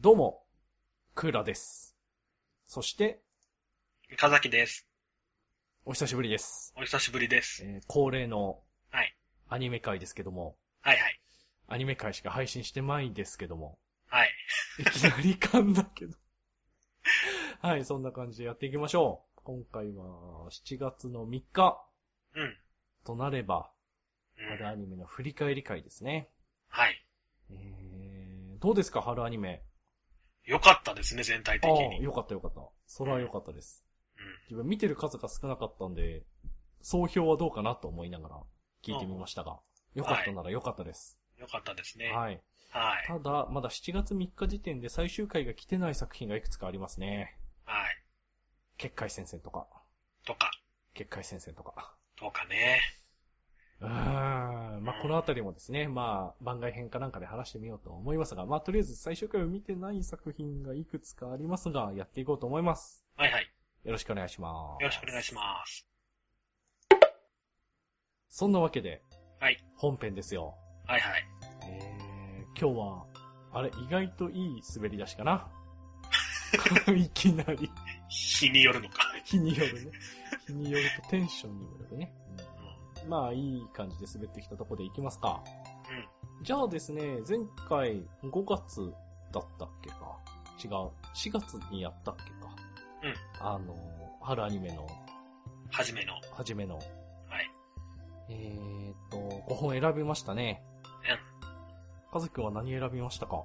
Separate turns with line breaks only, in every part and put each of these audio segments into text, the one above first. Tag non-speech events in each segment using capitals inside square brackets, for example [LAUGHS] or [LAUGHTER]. どうも、クーラです。そして、
三日崎です。
お久しぶりです。
お久しぶりです。
えー恒例の
はい。
アニメ会ですけども、
はいはい。
アニメ会しか配信してないんですけども、
はい。
いきなり噛んだ
[LAUGHS]
けど。はい、そんな感じでやっていきましょう。今回は7月の3日
うん。
となれば、
うん
春アニメの振り返り会ですね。
はい。
えー、どうですか、春アニメ。
良かったですね、全体
あ
的
あ
に。
ー、よかったよかった。それはよかったです。
うん
自分見てる数が少なかったんで、総評はどうかなと思いながら聞いてみましたが、よかったならよかったです。
良かったですね。
はい。
はい。
ただ、まだ7月3日時点で最終回が来てない作品がいくつかありますね。
はい。
結界戦線とか、
とか、
結界戦線とか。
とかね。
うーん。まあ、このあたりもですね、まあ、番外編かなんかで話してみようと思いますが、まあ、とりあえず最終回を見てない作品がいくつかありますが、やっていこうと思います。
はいはい。
よろしくお願いします。
よろしくお願いします。
す。そんなわけで、
はい。
本編ですよ。
はいはい。
えー今日は、あれ、意外といい滑り出しかな。 [LAUGHS] いきなり。
日によるのか。
日によるね。日によるとテンションにもよるね。
うん。
うんまあ、いい感じで滑ってきたとこでいきますか。
うん
じゃあですね、前回5月だったっけか。違う。4月にやったっけか。
うん
あの、春アニメの
はじめの。は
初めの。
い。
えーと、5本選びましたね。
うん
かずきくんは何選びましたか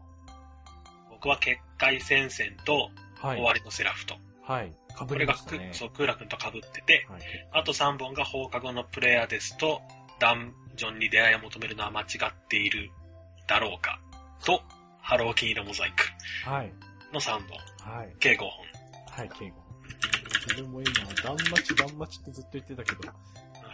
僕は結界戦線と
はい。
終わりのセラフと。
はい。かぶ
こ
り
れが
ました
く、
ね。
そう、クーラ君と被ってて、
はい、
あと3本が放課後のプレイヤーですと、ダンジョンに出会いを求めるのは間違っているだろうか、と、ハロー金色モザイク
はい。
の3本、
はい。
計5本。
はい、敬語。自分も今、ダンマチ、ダンマチってずっと言ってたけど、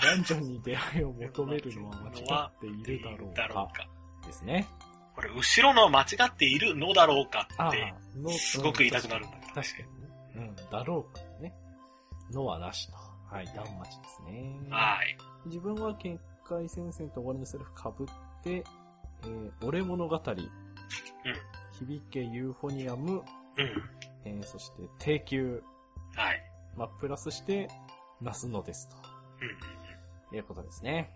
ダンジョンに出会いを求めるのは間違っているだろう
だろ
か
う。か。
ですね。
これ、後ろの間違っているのだろうか
あ
っ
あ
て、、
の
すごく言いたくなるんだけど。
確かにね。うん、だろうかね。のはなしと。はい、ダンマチですね。
はい。
自分は結界戦線と終わりのセルフ被って、えー、俺物語、響けユーフォニアム、
うん。
えー、そして低級、
はい。
まあ、プラスして、ナスノですと。
うん。
いうことですね。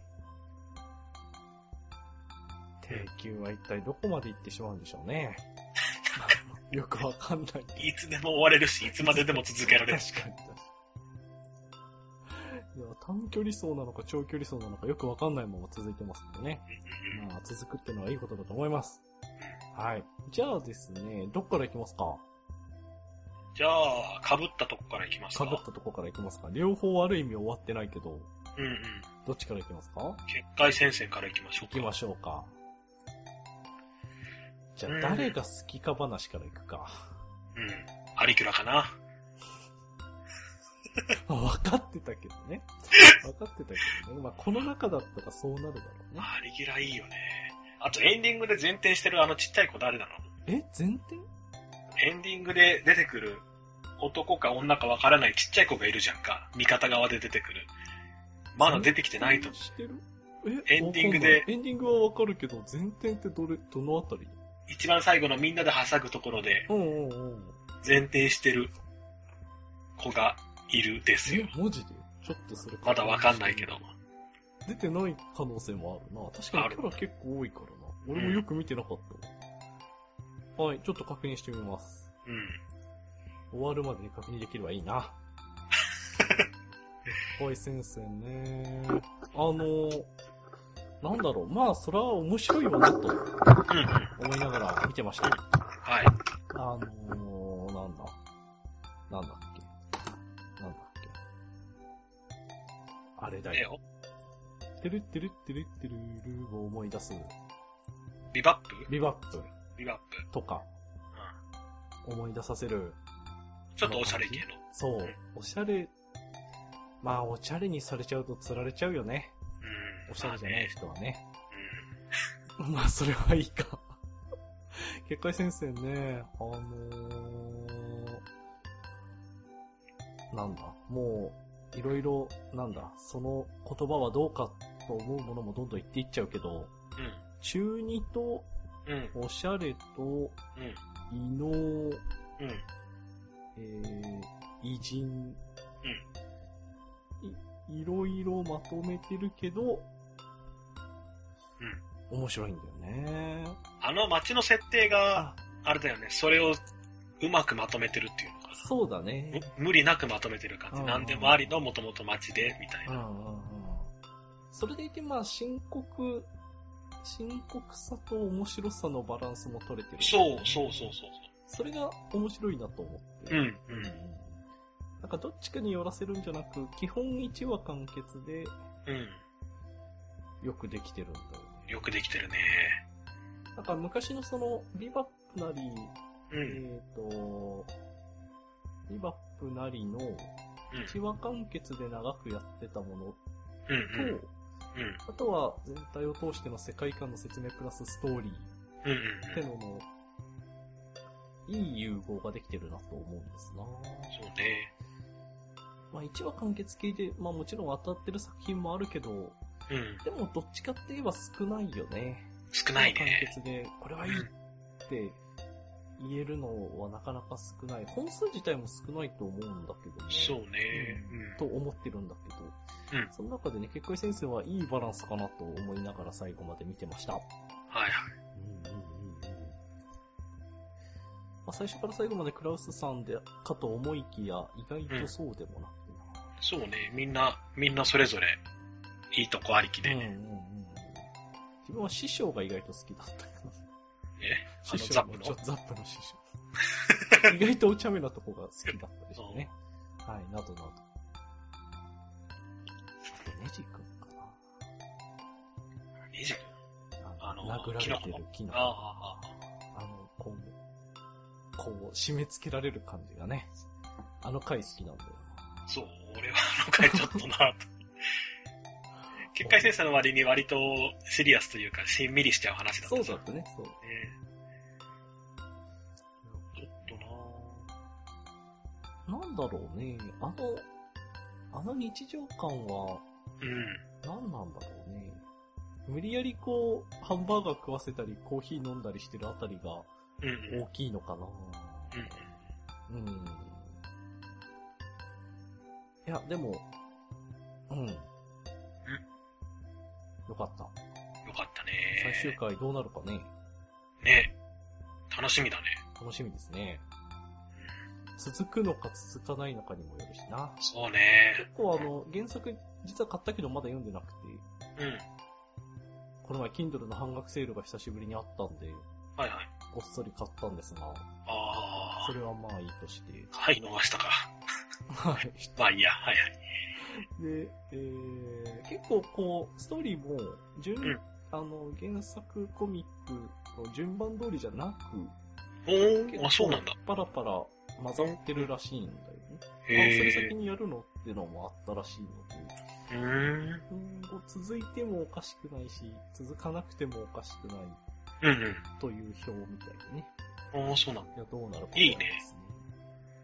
低級は一体どこまで行ってしまうんでしょう [LAUGHS] ね。よくわかんない。
いつでも終われるし、いつまででも続けられるし。
確かに確かに。いや、短距離走なのか長距離走なのかよくわかんないまま続いてますんでね。
うん
まあ、続くってのはいいことだと思います。はい。じゃあですね、どっから行きますか
じゃあ、被ったとこからいきます
被
か。
ったとこから行きますか両方ある意味終わってないけど、
うんうん。
どっちから行きますか
結界戦線からいきましょう
行きましょうか。じゃあ、誰が好きか話から行くか。
うん。アリキュラかな。
まあ [LAUGHS] 分かってたけど [LAUGHS] ね。分かってたけどね。まあ、この中だったらそうなるだろうね。
アリキュラいいよね。あとエンディングで前転してるあのちっちゃい子誰なの
え前提
エンディングで出てくる男か女かわからないちっちゃい子がいるじゃんか。味方側で出てくる。まだ出てきてないと思う。
してるえ
エンディングで
わかんないエンディングは分かるけど、前提ってどれ、どのあたり
一番最後のみんなで挟ぐところで
うんうんうん。
前転してる子がいるですよ。
え、文字でちょっとそれ
まだわかんないけど。。
出てない可能性もあるな。確か
あ
に
る
キャラ結構多いからな。俺もよく見てなかったわ。はい、ちょっと確認してみます。
うん。
終わるまでに確認できればいいな。恋戦線ね。あの、なんだろう。まあ、それは面白いわなと
うんうん。
思いながら見てました。
はい。
あのー、なんだ。なんだっけ。なんだっけ。あれだ
だ
よ。
よ。
てるってるってるってるるを思い出す。
ビバップ
ビバップ
ビバップ。
とか
う
思い出させる。
ん。ちょっとおしゃれ系の。
そう。おしゃれ。まあ、おしゃれにされちゃうと釣られちゃうよね。
うん。
おしゃれじゃない人はね。
まあねう
[LAUGHS]
ん。
まあ、それはいいか。 [LAUGHS] 結界先生ね、あのー、なんだ、もう、いろいろ、なんだ、その言葉はどうかと思うものもどんどん言っていっちゃうけど、
うん。
中2と
うん、
おしゃれと、異能、
うん、うん。
えー、偉人、い、いろいろまとめてるけど、うん。面白いんだよね。
あの街の設定
あ、
が、あれだよね、それをうまくまとめてるっていうのかな。
そうだね。
む無理なくまとめてる感じ。
うん
何でもありのもともと街で、みたい
うんう
な。
んうん。それでいて、まあ、深刻、深刻さと面白さのバランスも取れてる、
そうそうそうそう
それが面白いなと思って。
そう。うん、う
うん
ん、
なんかどっちかに寄らせるんじゃなく、基本1話完結で
う
よくできてるんだよ
ん。
ね。
よくできてるね。
なんか昔のその、ビバップなり、
うん、
えっ、と、ビバップなりの
うん、
1話完結で長くやってたものと、
うん、うん、うん、
あとは全体を通しての世界観の説明プラスストーリー
うん、
っ
う
て
ん。
のの、いい融合ができてるなと思うんですな
そうね。
まあ1話完結系で、まあもちろん当たってる作品もあるけど、
うん、
でもどっちかって言えば少ないよね。
少ない
完
ね。
結で、これ
う
はいいっ
ん、
て言えるのはなかなか少ない。本数自体も少ないと思うんだけどね。
そうね。
と思ってるんだけど。
うん
その中でね、結界先生はいいバランスかなと思いながら最後まで見てました。
うん、はいはい。
まあ、最初から最後までクラウスさんでかと思いきや、意外とそうでもなくてな。
そうね。みんな、みんなそれぞれ、いいとこありきで
うんうん
ね。
うんうん自分は師匠が意外と好きだったけど。
え
師匠
あの
ち
ザ
ょ
ッ
ザップの師
[LAUGHS]
匠。意外とお茶目なとこが好きだったでしょうね。はい、などなど。あとネジ君か
いいじゃん。
な。
あの
殴られてる木の、
あ
あ
あ、ああ、
の、こう、こう、締め付けられる感じがね。あの回好きなんだよ
ああそう、俺はあの回ちょっとな
[LAUGHS]
と。結界先生の割に割とシリアスというか、しんみりしちゃう話だ
な。
った
そう
ね。
だったね、そう。
ちょっとな
なんだろうね、あの、あの日常感は、
うん。
何なんだろうね。無理やりこう、ハンバーガー食わせたり、コーヒー飲んだりしてるあたりが
うん。
大きいのかな。
うん。
うん。いや、でも、うん。よかった。
よかったね。
最終回どうなるかね。
ね。楽しみだね。
楽しみですね。続くのか続かないのかにもよるしな。
そうね。
結構あの、原作実は買ったけどまだ読んでなくて、
うん。
この前 Kindle の半額セールが久しぶりにあったんで、
はいはい。
ごっそり買ったんですが、
あ
それはまあいいとして。
あ。はい、逃したか。
はい。
まあいいや、はいはい。
で、えー、結構こう、ストーリーも、順、
うん
あの、原作コミックの順番通りじゃなく、
おー、あ、そうなんだ。。
パラパラ混ざってるらしいんだよね。
へ
あそれ先
え。
にやるのっていうのもあったらしいので、
うーん。
今後続いてもおかしくないし、続かなくてもおかしくない
うん
という表みたいなね。
うん。ああ、そうなんだ。
いや、どうなるか
いいね
です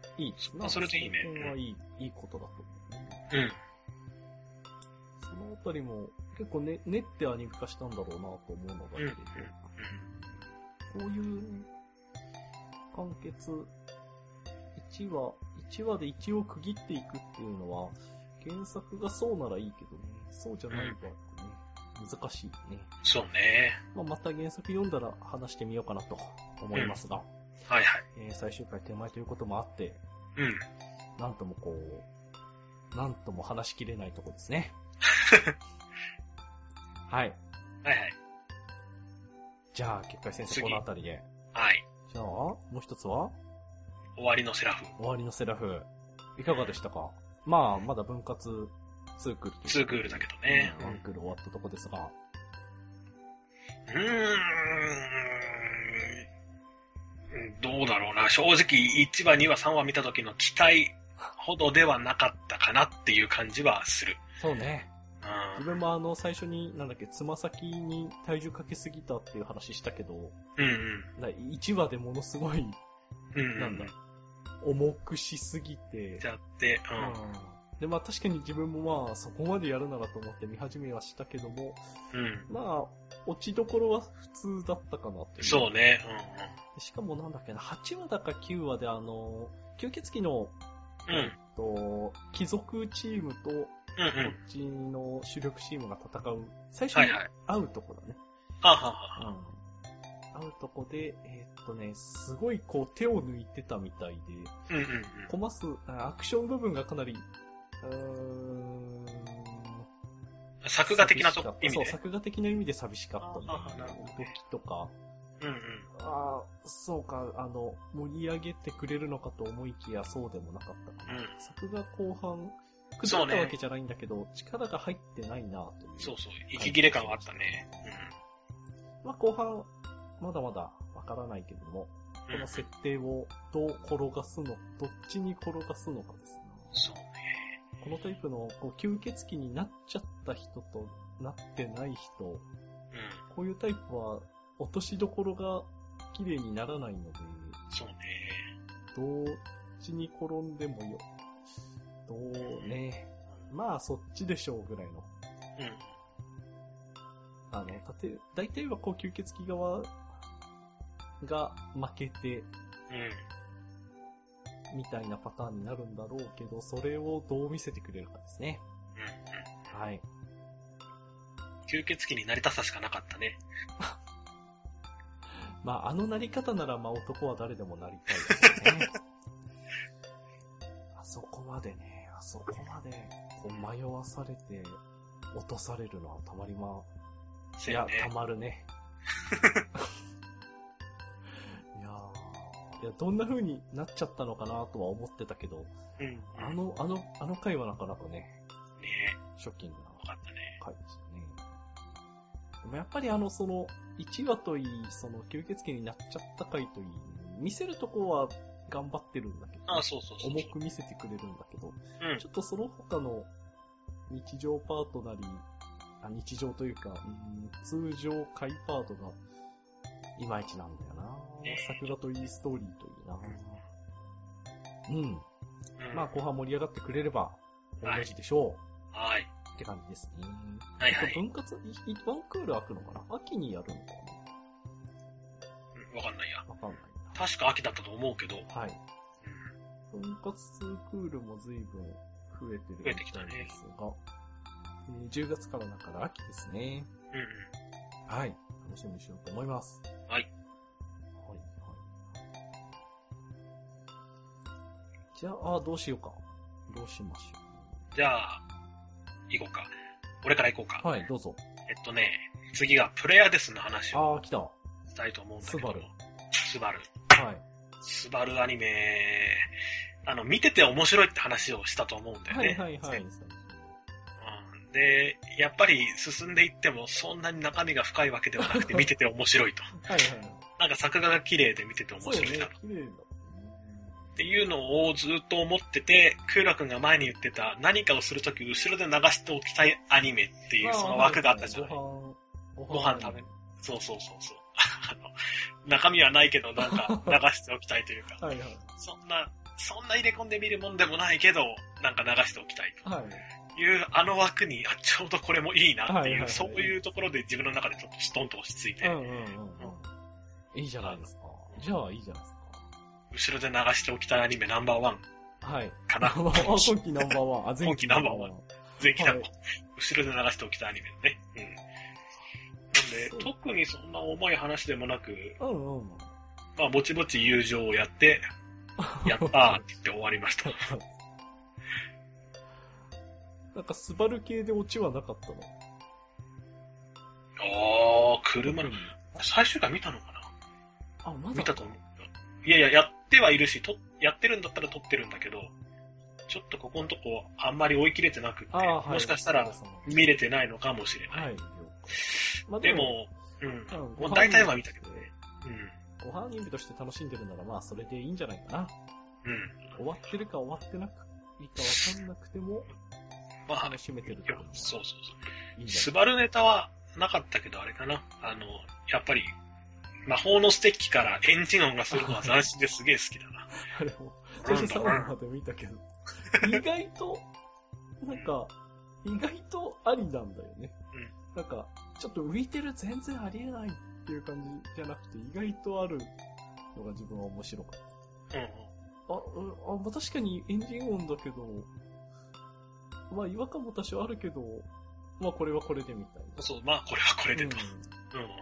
ね。いい。
そそれでいいね
その辺はいい、いいことだと思うね。
うん。
そのあたりも結構ね、練ってアニメ化したんだろうなと思うのだけれど、こういうね、完結、1話、1話で1を区切っていくっていうのは、原作がそうならいいけどね、そうじゃない場合ね、難しいね。
そうね。
まあ、また原作読んだら話してみようかなと思いますが、
はいはい。
えー最終回手前ということもあって、
うん。
なんともこう、なんとも話しきれないとこです
[LAUGHS]
ね。はい。
はいはい。
じゃあ、結界先生、
次
この辺りで。
はい。
じゃあ、もう一つは
終わりのセラフ。
終わりのセラフ。いかがでしたかまあ、まだ分割2クールという
ツークールだけどね。
うんワンクール終わったとこですが。
うーん。どうだろうな。正直、1話、2話、3話見た時の期待ほどではなかったかなっていう感じはする。
そうね。
う
自
ん。
分もあの、最初に、なんだっけ、つま先に体重かけすぎたっていう話したけど、
うん
1話でものすごい、
うん。うん、うん。
なんだ、重くしすぎて
ち、ゃって、うん。
で、まあ確かに自分もまあそこまでやるならと思って見始めはしたけども、
うん。
まあ、落ちどころは普通だったかなっていう。
そうね。
しかもなんだっけな、8話だか9話であの、吸血鬼の、
うんうん。
えっと、貴族チームと、こ
うん。うんうん。
っちの主力チームが戦う、最初
は
に
いはい。
会うとこだね。
はあ、はあは
う
あ、
ん。会うとこで、えーっとね、すごいこう手を抜いてたみたいで、
うんうんうん。
コマ数、あアクション部分がかなり、うーん。
作画的な
寂
と
しかった
意味
そう、
で。
作画的な意味で寂しかったね
あーなるほど
動きとか、
うんうん。
ああ、そうか、あの、盛り上げてくれるのかと思いきや、そうでもなかったかな。
うん。
作画後半、
そ
崩
う
れ
ね
たわけじゃないんだけど、力が入ってないなという。
そうそう。息切れ感はあったね。
まあ後半、まだまだわからないけども、
うん。
こ
う
の
ん。
設定をどう転がすの、どっちに転がすのかですね。
そうね。
このタイプのこう吸血鬼になっちゃった人となってない人、
う
こういうタイプは落としどころが綺麗にならないので、
ん。そうね。
どっちに転んでもよ。どうね。まあそっちでしょうぐらいの。
うん。
あの、たて、大体はこう吸血鬼側が負けて
うん。
みたいなパターンになるんだろうけど、それをどう見せてくれるかですね。
うんうん。
はい。
吸血鬼になりたさしかなかったね。
まあ、あのなり方なら、まあ、男は誰でもなりたいです
[LAUGHS]
ね。あそこまでね、あそこまで、こう、迷わされて、落とされるのはたまりま、い
せや
や、た
ね。
まる
[LAUGHS]
ね。いやーいや、どんな風になっちゃったのかなとは思ってたけど、
うんうん。
あの、あの、あの回はなかなかね、
ね
ショッキングな
よかったね。
回でしたね。でもやっぱりあの、その、1話といい、その、吸血鬼になっちゃった回といい、見せるとこは頑張ってるんだけど、
ああ、そうそうそう。
重く見せてくれるんだけど、
うん
ち。ょっとその他の日常パートなり、あ日常というか、うん通常回パートが、いまいちなんだよな
ね。
作画といい、ストーリーといいな。うん。
うん
まあ、後半盛り上がってくれれば、同
はい
じでしょう。
はい。
って感じですね。
はいはい
分割、いいワンクール開くのかな秋にやるのか
うんわかんないや。
なわかんないな。
確か秋だったと思うけど。
はい。
うん
分割クールも随分増えてるみ
増
た
え
い
て
で
き
す
た
が、
ね
えー10月からだから秋ですね。
うん
はい。楽しみにしようと思います。
はい
はい、はい。じゃあ、どうしようか。どうしまし
うん。じゃあ、行こうか。俺から行こうか。
ょう。はい、どうぞ。
えっとね、次がプレイヤーですの話を
あー、来た。は
したいと思うんだけど。
スバル。
スバル。
い。
スバルアニメ、あの、見てて面白いって話をしたと思うんだよ
は
ね
い、。
[LAUGHS]
はい、はい。
うんで、やっぱり進んでいってもそんなに中身が深いわけではなくて見てて面白い [LAUGHS] と。
はい、はい。
なんか作画が綺麗で見てて面白いなっ
そうね、綺麗だ。
ていうのをずっと思ってて、クーラ君が前に言ってた何かをするとき後ろで流しておきたいアニメっていうその枠があったじゃない。
ご飯、
ご飯食べそうそうそうそう。 [LAUGHS] あの、中身はないけどなんか流しておきたいというか、 [LAUGHS]
はいはい。
そんな、そんな入れ込んでみるもんでもないけど、なんか流しておきたいと。
はい。
いう、あの枠に、あ、ちょうどこれもいいなっ
はい
ていう、
はいはい
そういうところで自分の中でちょっとストンと落ち着いて、
うんうんうんうん。いいじゃないですか。じゃあ、いいじゃないです
後ろで流しておきたいアニメナンバーワン
か。はい。
か
あ、
な。
[LAUGHS] 今期ナンバーワン。あ、前
今期ナンバーワン。全期だ
はい
後ろで流しておきたいアニメね。うん。なんで、特にそんな重い話でもなく、
うんうん。 [LAUGHS]
まあ、ぼちぼち友情をやって、やったーって言って終わり
[LAUGHS]
ました。
なんか、スバル系でオチはなかったの。
あー、車の、最終回見たのかな
あ、まだ
見たと思う。いやいや、やってはいるし、とやってるんだったら撮ってるんだけど、ちょっとここのとこ、あんまり追い切れてなくって、
あはい。
もしかしたら、見れてないのかもしれない。
はい。了解まあ
で、も、うん。
うん
もう大体は見たけどね。
ご飯人気として楽しんでるなら、まあ、それでいいんじゃないかな。
うん。うん。
終わってるか終わってなく、いいかわかんなくても、
まあ、
楽しめてるところ
そうそうそ
いいんじゃな
う。
い
スバルネタはなかったけど、あれかな。あの、やっぱり、魔法のステッキからエンジン音がするのは斬新ですげえ好きだな。
あれも、最
なん
初
だ
3
な
話まで見たけど、意外と、なんか、意外とありなんだよね。なんか、ちょっと浮いてる全然ありえないっていう感じじゃなくて、意外とあるのが自分は面白かった。
うんうん。
あ、うんあ、まあ、確かにエンジン音だけど、まあ違和感も多少あるけど、まあこれはこれでみたいな。
そう、まあ、これはこれでと。
うん
うん、うん。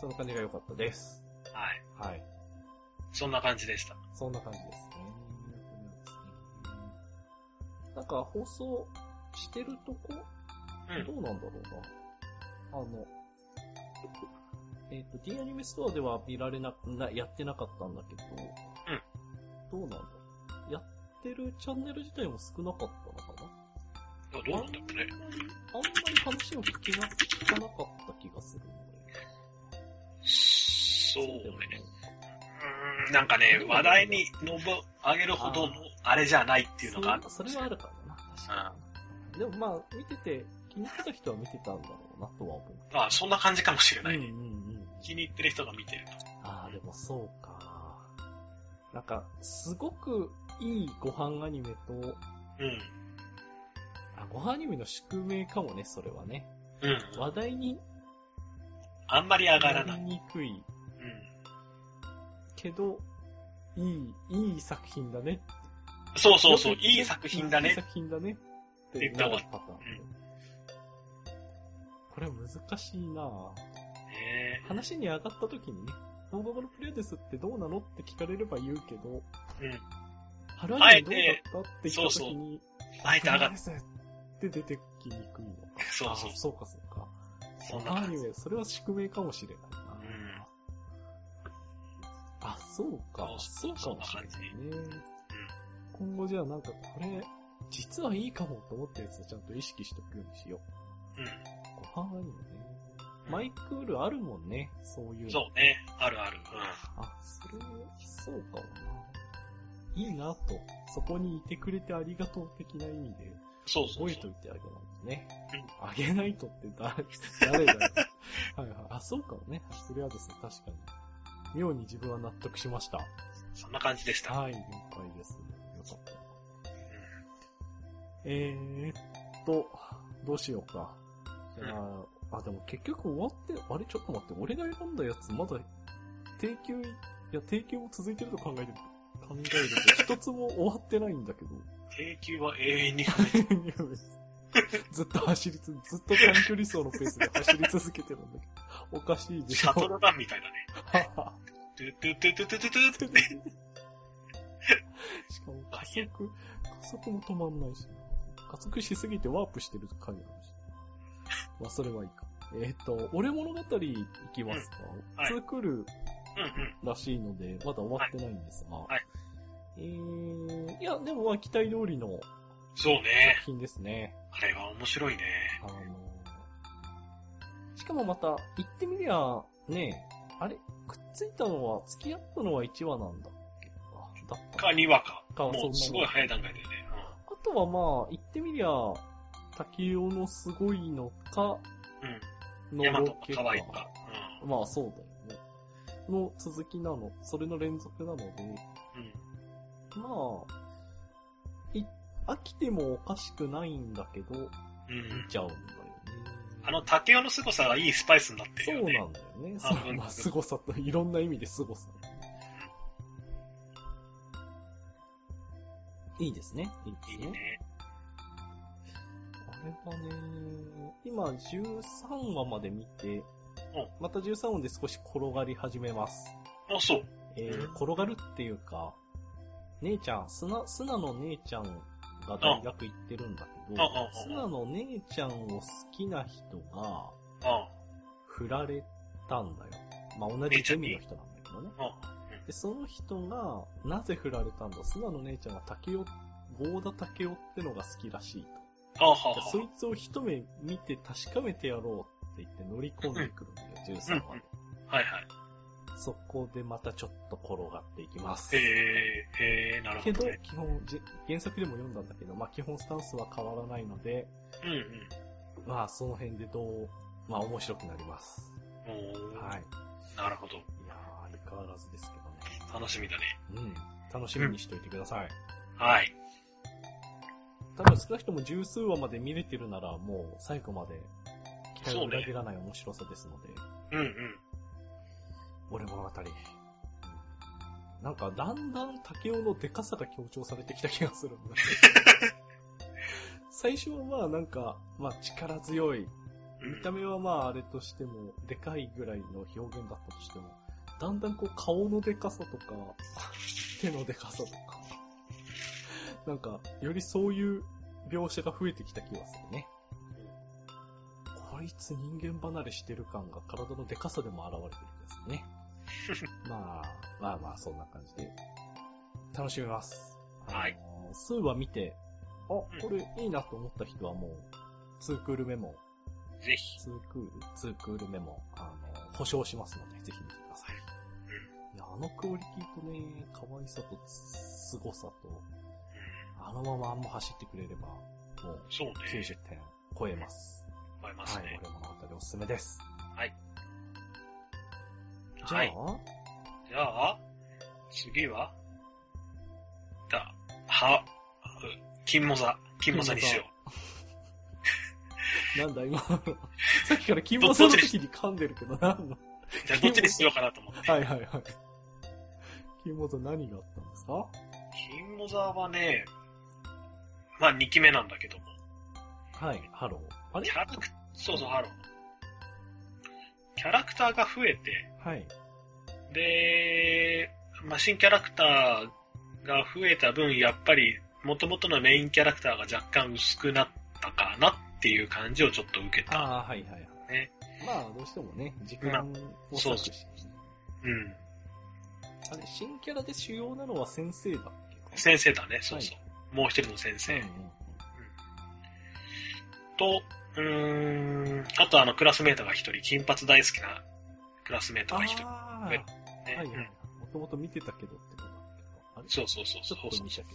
その感じが良かったです。
はい。
はい。
そんな感じでした。
そんな感じですね。なんか放送してるとこ、
うん
ど。うなんだろうな。あの、えっ、と、D アニメストアでは見られなくな、やってなかったんだけど、どうなんだろう。やってるチャンネル自体も少なかったのかな
どうなんだろ
あ
うね。
んまり、あんまり話を聞けな聞かなかった気がするんだよ
そう
ね。でも
ね。
ね
うーん、なんかね、話題にのぼ上げるほどのあれじゃないっていうのがある。
それそれはあるからな、確かに。でもまあ、見てて、気に入ってた人は見てたんだろうなとは思う。
まあ、そんな感じかもしれ
う
なんい。
うんうん。
気に入ってる人が見てる
ああ、でもそうか。なんか、すごくいいご飯アニメと、
と。うん。
あ、ご飯アニメの宿命かもね、それはね。
うん。
話題に
あんまり上
な
がらない。
りにくい
うん。
けど、いい、いい作品だね。
そうそうそう、
よく
いい作品だ
いい
ね。
作品だね。って
言った方が
なるパターンね。これ難しいなぁ。
ね
話に上がった時にね、放課後のプレイですってどうなのって聞かれれば言うけど、
うん。
腹にどうだったって言った
あえてそう
時
そ
に、
あえて上がっ
ですって出てきにくいのか。
そうそう
あ。そうかそうか。
そんな
あア
感
ニ
じ。
メ、それは宿命かもしれないな。
ん
あ、そうか。
そ
そうう
そ
か
ん
も
な
し
感
れ
じ
ないね。今後じゃあなんかこれ、実はいいかもと思ったやつちゃんと意識しとくようにしよ
う
う。ご飯アニメね。マイクールあるもんね、そういうの。
ん。そうね。あるある。
あ、それ、そうかもな。いいなと、そこにいてくれてありがとう的な意味で、
うん。そうそう
覚え
そ
と
う。
いてあげないとね。あげないとって誰、誰だよ。 [LAUGHS] はいはい。あ、そうかもね。それはですね、確かに。妙に自分は納得しました。
そんな感じでした。
はい、了解です。よかった。えー、っと、どうしようか。じゃあ、あ、でも結局終わって、あれちょっと待って、俺が選んだやつまだ、提供、いや、提供も続いてると考えてる、考えると、一つも終わってないんだけど。 [LAUGHS]
定休は永遠に増えて
ずっと走りつ、ずっと短距離走のペースで走り続けてるんだけど、おかしいで
る
し
シャ
[LAUGHS]
ト
ょ。
ルガンみたいだね。トゥトゥトゥトゥトゥトゥト
[LAUGHS]
ゥって。
しかも加速、加速も止まんないし、加速しすぎてワープしてる感じなるし。まあ、それはいいか。えっ、と、俺物語行きますか、
うんはい
ツークール
うんうん。
らしいので、まだ終わってないんですが。
はい
えー、いや、でもまあ、期待通りの
そうね。
作品ですね。
あれは面白いね。
あのしかもまた、言ってみりゃ、ねあれ、くっついたのは、付き合ったのは1話なんだっけあだった
か、にわか。
かそ
も
ん
う、
な
すごい早い段階だよね。
あとはまあ、言ってみりゃ、竹雄のすごいのか、
うん。うん。ヤ
の
マ
ロ
ト
ケ
か
か。
わいか。
まあそうだよね。の続きなの、それの連続なので、
うん。うん。
まあ、い、飽きてもおかしくないんだけど、
うん
見。ちゃうんだよね。
あの、竹雄の凄さがいいスパイスになって
そ
る
う
よね。
なんだよね。
あ
そう、
うん
まあ、凄さと、いろんな意味で凄さ。いいですね。いいです
いい
ね。
ね。
あれはね、今13話まで見て、また13話で少し転がり始めます。
あ、そう。
えー
うん
転がるっていうか、姉ちゃん、スナ、スナの姉ちゃんが大学行ってるんだけど
ああああ、
スナの姉ちゃんを好きな人が
あ
振られたんだよ。まあ、同じゼミの人なんだけどね。
あ、あ
で、その人が、なぜ振られたんだ菅野姉ちゃんは竹雄、郷田竹雄ってのが好きらしいと。
あ、ああ、は
じゃあそいつを一目見て確かめてやろうって言って乗り込んでくるんだよ、13話で。
あ。はいはい。
そこでまたちょっと転がっていきます。
へえ、へえ、なるほ
けど
ど、ね。、
基本、じ原作でも読んだんだけど、まあ基本スタンスは変わらないので、
うんうん。
まあその辺でどう、まあ面白くなります。
おー
はい。
なるほど。
いやー、相変わらずですけ
楽しみだね。
どね。うん。楽しみにしておいてください。
はい。
多分少なくとも十数話まで見れてるなら、もう最後まで期待を裏切らない面白さですので、
うんうん。
俺物語。うんなんか、だんだん竹雄のデカさが強調されてきた気がするんだけど最初はまあなんか、まあ力強い。見
[LAUGHS]
た目はまああれとしても、でかいぐらいの表現だったとしても、だんだんこう顔のでかさとか、手のでかさとか、なんか、よりそういう描写が増えてきた気がするね。こいつ人間離れしてる感が体のでかさでも現れてるんでするね。まあ、まあまあ、そんな感じで。楽しみます。
はい
あのー。数話見て、あ、これいいなと思った人はもう、ツークールメモ、
ぜひ。
ツークール、ツークールメモ、あのー保証しますので、ぜひ見てください。いや、あのクオリティとね、可愛さとつ凄さと、あのままあんま走ってくれれば、もう
そうね。
90点超えます。
思います
はい、
ね。
俺物語おすすめです。じゃあ、
はい。じゃあ、次はだ、は、金モザ。金モザにしよ
なんだ
[LAUGHS]
今の。さっきから金馬さんの時に噛んでるけど、何の
う。じゃあ、どっちにしようかなと思って。
はいはいはい。金馬さん何があったんですか
金モザはね、まあ、2期目なんだけども。
はい、ハロー。あれ
キャラクそうそう、ハロー。キャラクターが増えて、
はい。
で、まあ、新キャラクターが増えた分、やっぱり、元々のメインキャラクターが若干薄くなったかなっていう感じをちょっと受けた。
ああ、はいはいはい。
ね
まあ、どうしてもね、時間を
そう
削
そ
除
う
して、
うん。
あれ、新キャラで主要なのは先生だっけ
先生だね、そうそう。もう一人の先生。
うんうん
と、うーん、あとあの、クラスメートが一人、金髪大好きなクラスメート
あ
が一人、ね
あ、はいはいはい。もともと見てたけどってことなんだけど。あ
う
れ
んそうそうそう
ち
そ
ょっと
う
見たけど。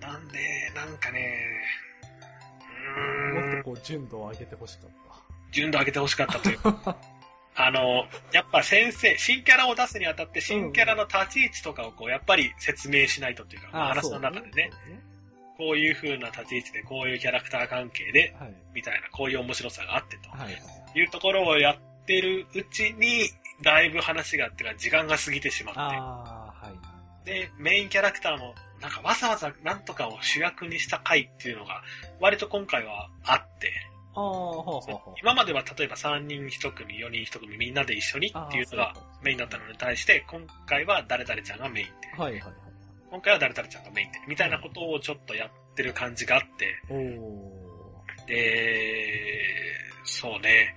なんで、なんかね、う
も
ー
っ
ん、
とこう、純度を上げてほしかった。
順度上げてほしかった
[LAUGHS]
というかあの、やっぱ先生、新キャラを出すにあたって、新キャラの立ち位置とかをこう、やっぱり説明しないとというか、まあ話の中でね、こういう風な立ち位置で、こういうキャラクター関係で、
はい。
みたいな、こういう面白さがあってと。
はいはい。
いうところをやってるうちに、だいぶ話があってか、時間が過ぎてしまっ
ああ、はいはい。
て。で、メインキャラクターも、なんかわざわざなんとかを主役にした回っていうのが、割と今回はあって、
ああ、はあはあは
今までは例えば3人1組、4人1組、みんなで一緒に
あ。
っていうのがメインだったのに対して、今回は誰々ちゃんがメインで、
はいはいはい。
今回は誰々ちゃんがメインで、みたいなことをちょっとやってる感じがあって、
おー。
で、そうね。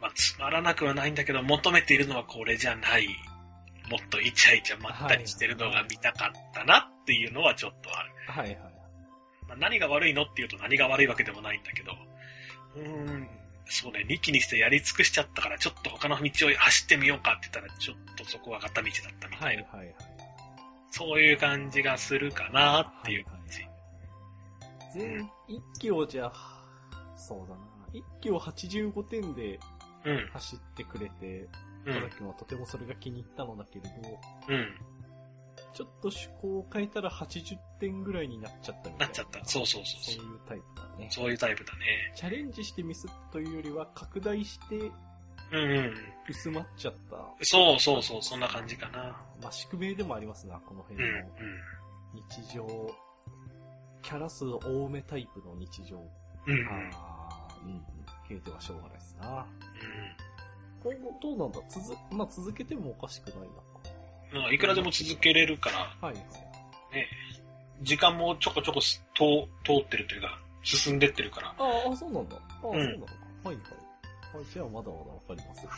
まあ、つまらなくはないんだけど、求めているのはこれじゃない。もっとイチャイチャまったりしてるのが見たかったなっていうのはちょっとある。
はいはい。
まあ、何が悪いのっていうと何が悪いわけでもないんだけど、うーん、そうね、2期にしてやり尽くしちゃったから、ちょっと他の道を走ってみようかって言ったら、ちょっとそこは片道だったみた
はいい
な、
はいはい。
そういう感じがするかなっていう感じ。
はいはいはい全、一期をじゃあ、そうだな。一期を85点で走ってくれて、
うん、う
ただ
ん、
君はとてもそれが気に入ったのだけれど、
うん。
ちょっと趣向を変えたら80点ぐらいになっちゃったみた
ない
な。
っちゃった。そうそうそう
そう
そう。
いうタイプだね。
そういうタイプだね。
チャレンジしてミスというよりは、拡大して
うんうん。
薄まっちゃった。
そうそうそう、そんな感じかな。
まあ、宿命でもありますな、この
う
辺
ん、う
の
ん。
日常。キャラ数多めタイプの日常。
うん、うん。
ああ、うん。消えてはしょうがないですな。今後どうなんだ続、まあ、続けてもおかしくないな。
うんうん。いくらでも続けれるから、
はいはい。
時間もちょこちょこす通通ってるというか、進んでってるから、
ああ、そうなんだ。ああ、そう
うん
なのか。はいはい。はい、じゃあまだまだわかりますよな。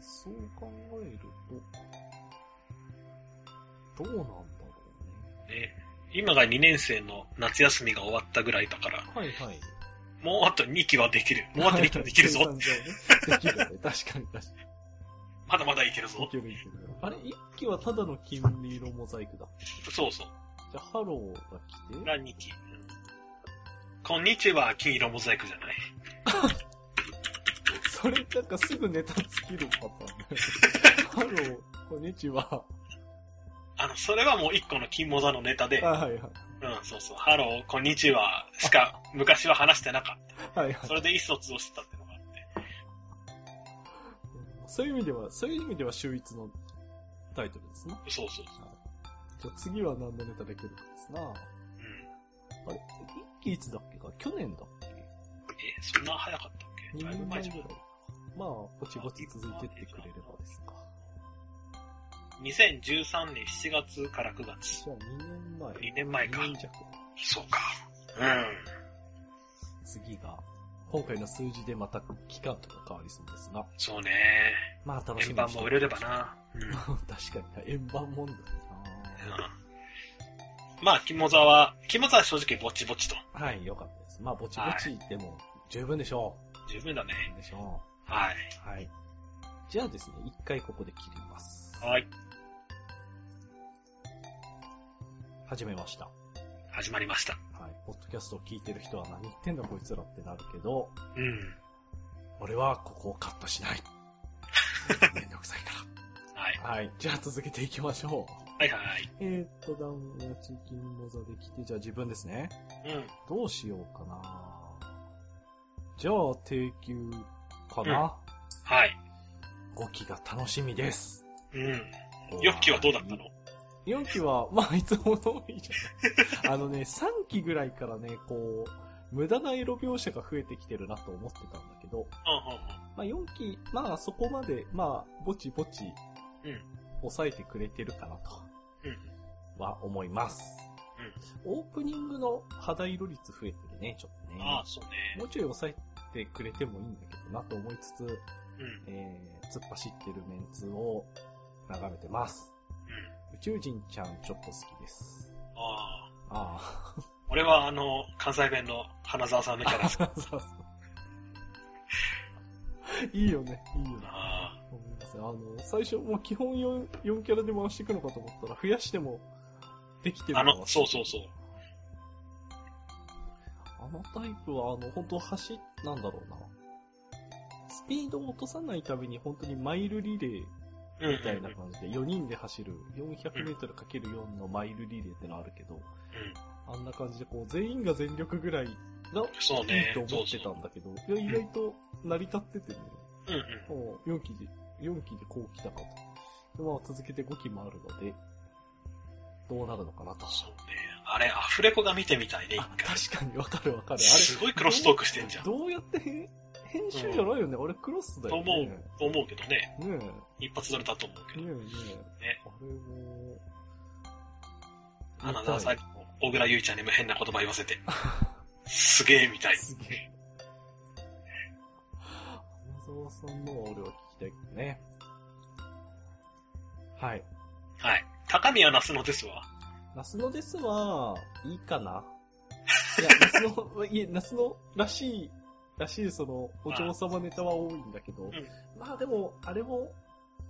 そう考えると、どうなんだろ
ね。今が2年生の夏休みが終わったぐらいだか
う
ら、
ね。はいはい。
もうあと2期はできる。もうあと2期はできる [LAUGHS]
[LAUGHS]
ぞ。
できるね。確かに確か
まだまだいける
に。い
ぞ。
けるいける。あれ、一期はただの金色モザイクだ。
そうそう。
じゃあ、ハローが来て、
が2期。うんこんにちは、金色モザイクじゃない。
それなんかすぐネタ尽きるパターンだよね。ハロー、こんにちは。
あの、それはもう1個の金モザのネタで、
はいはいはい。
うん、そうそう。ハロー、こんにちは、しか、昔は話してなかっ
はい
た。
はい
そ。れで一卒をしてたってのがあって。
そういう意味では、そういう意味では秀逸のタイトルですね。
そうそうそう。
じゃあ次は何のネタできるかですな。
うん。
あれ、一期いつだっけか去年だっけ
え、そんな早かったっけ
?2
だいぶ
年前
前じ
ぐ
ゃ
ら
ん
い。。まあ、ぼちぼち続いてってくれればですか。
2013年7月から9月。
じゃあ2年前。
2年前か
2年弱。
そうか。うん。
次が、今回の数字でまた期間とか変わりそうですが。
そうね。
まあ楽しみ
円
に
盤
して
も売れればな。うん。
まあ [LAUGHS] 確かに、円盤問題な。
うんまあ、肝座は、肝座は正直ぼちぼちと。
はい、よかったです。まあ、ぼちぼちでも十分でしょ
十分だね。
う。でしょ
はい。
う。はい。じゃあですね、一回ここで切ります。
はい。
始めました。
始まりました。
はい。ポッドキャストを聞いてる人は何言ってんだこいつらってなるけど、
うん。
俺はここをカットし
[LAUGHS]
ない。めんどくさいか
はい。
ら。はい。じゃあ続けていきましょう。
はいはい。
えー、っと、ダウンはチキンモザできて、じゃあ自分ですね。
うん。
どうしようかなじゃあ、定休かな、
はい。
?5 期が楽しみです。
うん。ヨッキーはどうだったの
?4 期は、まあ、いつも通りじゃない。あ [LAUGHS] のね、3期ぐらいからね、こう、無駄なエロ描写が増えてきてるなと思ってたんだけど、
う
まあ、4期、まあ、そこまで、まあ、ぼちぼち、
うん
抑えてくれてるかなと
んうんうん。うん。
は思います。オープニングの肌色率増えてるね、ちょっとね。
ああ、そうね
も。うちょい抑えてくれてもいいんだけどなと思いつつ、
うん。うん。
えー、突っ走ってるメンツを眺めてます。宇宙人ちゃんちょっと好きです。
ああ。
あ
俺はあの、関西弁の花沢さんのキャラ
あ、
好き
そうそうそう。 [LAUGHS] いいよね、いいよね
だ。な。
ごめんなさい。あの、最初、もう基本 4, 4キャラで回していくのかと思ったら、増やしてもできてる
あ
の
の、そうそうそう。
あのタイプは、あの、本当走、なんだろうな。スピードを落とさないために、本当にマイルリレー
うん。
みたいな
うん。
感じで、4人で走る、400メートル ×4 のマイルリレーってのあるけど、あんな感じで、こう、全員が全力ぐらいがい
そうね。
いと思って
そ
た
うそ
んだけど、いや、意外と成り立っててね。
ううん
もう4期で、4期でこう来たかと。で、まあ続けて5期もあるので、どうなるのかなと
うん。。そうね。あれ、アフレコが見てみたいね、一
あ、
回。
確かにわかるわかる。
す
あ
ごいクロストークしてんじゃ
れ、
ん。
どうやって編編集じゃないよね。あれクロスだ
と
よ
思
ね。
う、と思うけどね。
ねえ、ね
一発撮れだと思う
え
けど。
ね
ね
え。あれも、
花澤さん
見、
小倉優衣ちゃんにも変な言葉言わせ
[LAUGHS]
て。すげえみた
た
い
い。すげえ。花沢さんのは俺は聞きたいけどね。はい。
はい。高宮那須野ですわ。
ナスノですは、いいかない [LAUGHS] や、ナスノ、いえ、ナスノらしい、らしいその、お嬢様ネタは多いんだけど、
ん
まあでも、あれも、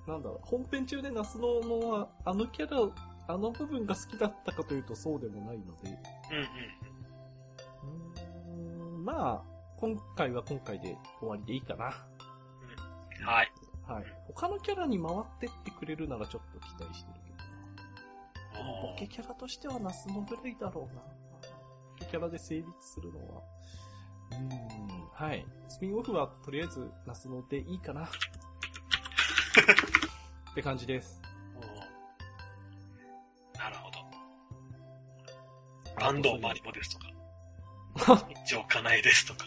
なんだろう、本編中でナスノのは、あのキャラ、あの部分が好きだったかというとそうでもないので、
うんう
うー
ん。
ん、まあ、今回は今回で終わりでいいかな。
はい。
はい。他のキャラに回ってってくれるならちょっと期待してるけどな。でもボケキャラとしてはナスのぐらいだろうな。ボケキャラで成立するのは。うーん、はい。スピンオフはとりあえずナスのでいいかな。っ
[LAUGHS]
て感じです。
おーなるほど。安藤マリモですとか。
[LAUGHS]
一応かなえですとか。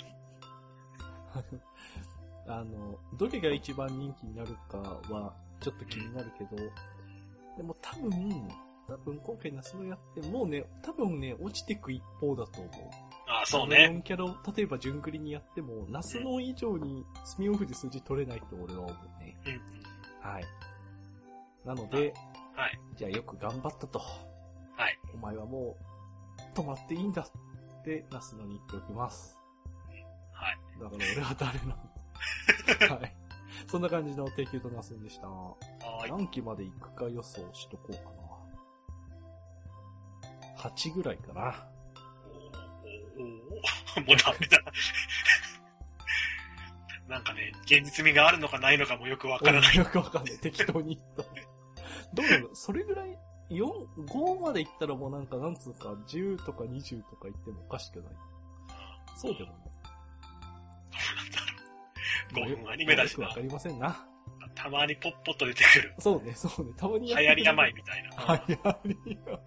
あの、どれが一番人気になるかはちょっと気になるけど、でも多分、多分今回ナスのやって、もうね、多分ね、落ちてく一方だと思う。
ああ、そうね。
4キャラを、例えば順繰りにやっても、ナスの以上にスミオフで数字取れないと俺は思うね。
うんうん。
はい。なので、
はい。
じゃあよく頑張ったと。
はい。
お前はもう、止まっていいんだって、ナスのに言っておきます。
はい。
だから俺は誰 [LAUGHS] なのはい。そんな感じの提供とナスでした。
はーい。
何期まで行くか予想しとこうかな。8ぐらいかな。
おーおーおー [LAUGHS] もうダメだ。なんかね、現実味があるのかないのかもよくわからない。
よくわかんない。適当に言った。どうなのそれぐらい4、5まで行ったらもうなんか、なんつうか、10とか20とか行ってもおかしくない。そう
[LAUGHS]
でも
5
ない。
分アニメだ
よ
し
くわ
な
か。りませんな。
たまにポッポッと出てくる。
そうね、そうね。たまに
流行り
名
病
前
みたいな。
流行り病。 [LAUGHS]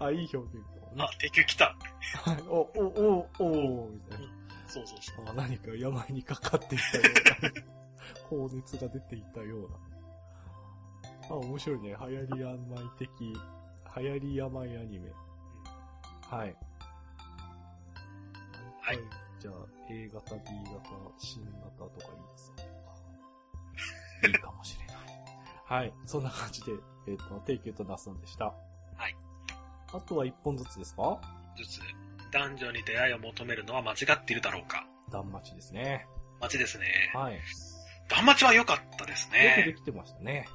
あ、いい表現かもね
あ。、敵来た。
はいお、お、お、お、みたいな。
そうそうそう。
あ何か病にかかっていたような、 [LAUGHS] 高熱が出ていたような。あ、面白いね。流行り病的、流行り病アニメ。はい。
はい。
じゃあ、A 型、B 型、新型とかいいですね。いいかもしれない。はい。そんな感じで、えっ、と、提供とナスンでした。
はい。
あとは1本ずつですか
術。男女に出会いを求めるのは間違っているだろうか。
断末ですね。
街ですね。
はい。
断末は良かったです
よくで
ね。
きてましたね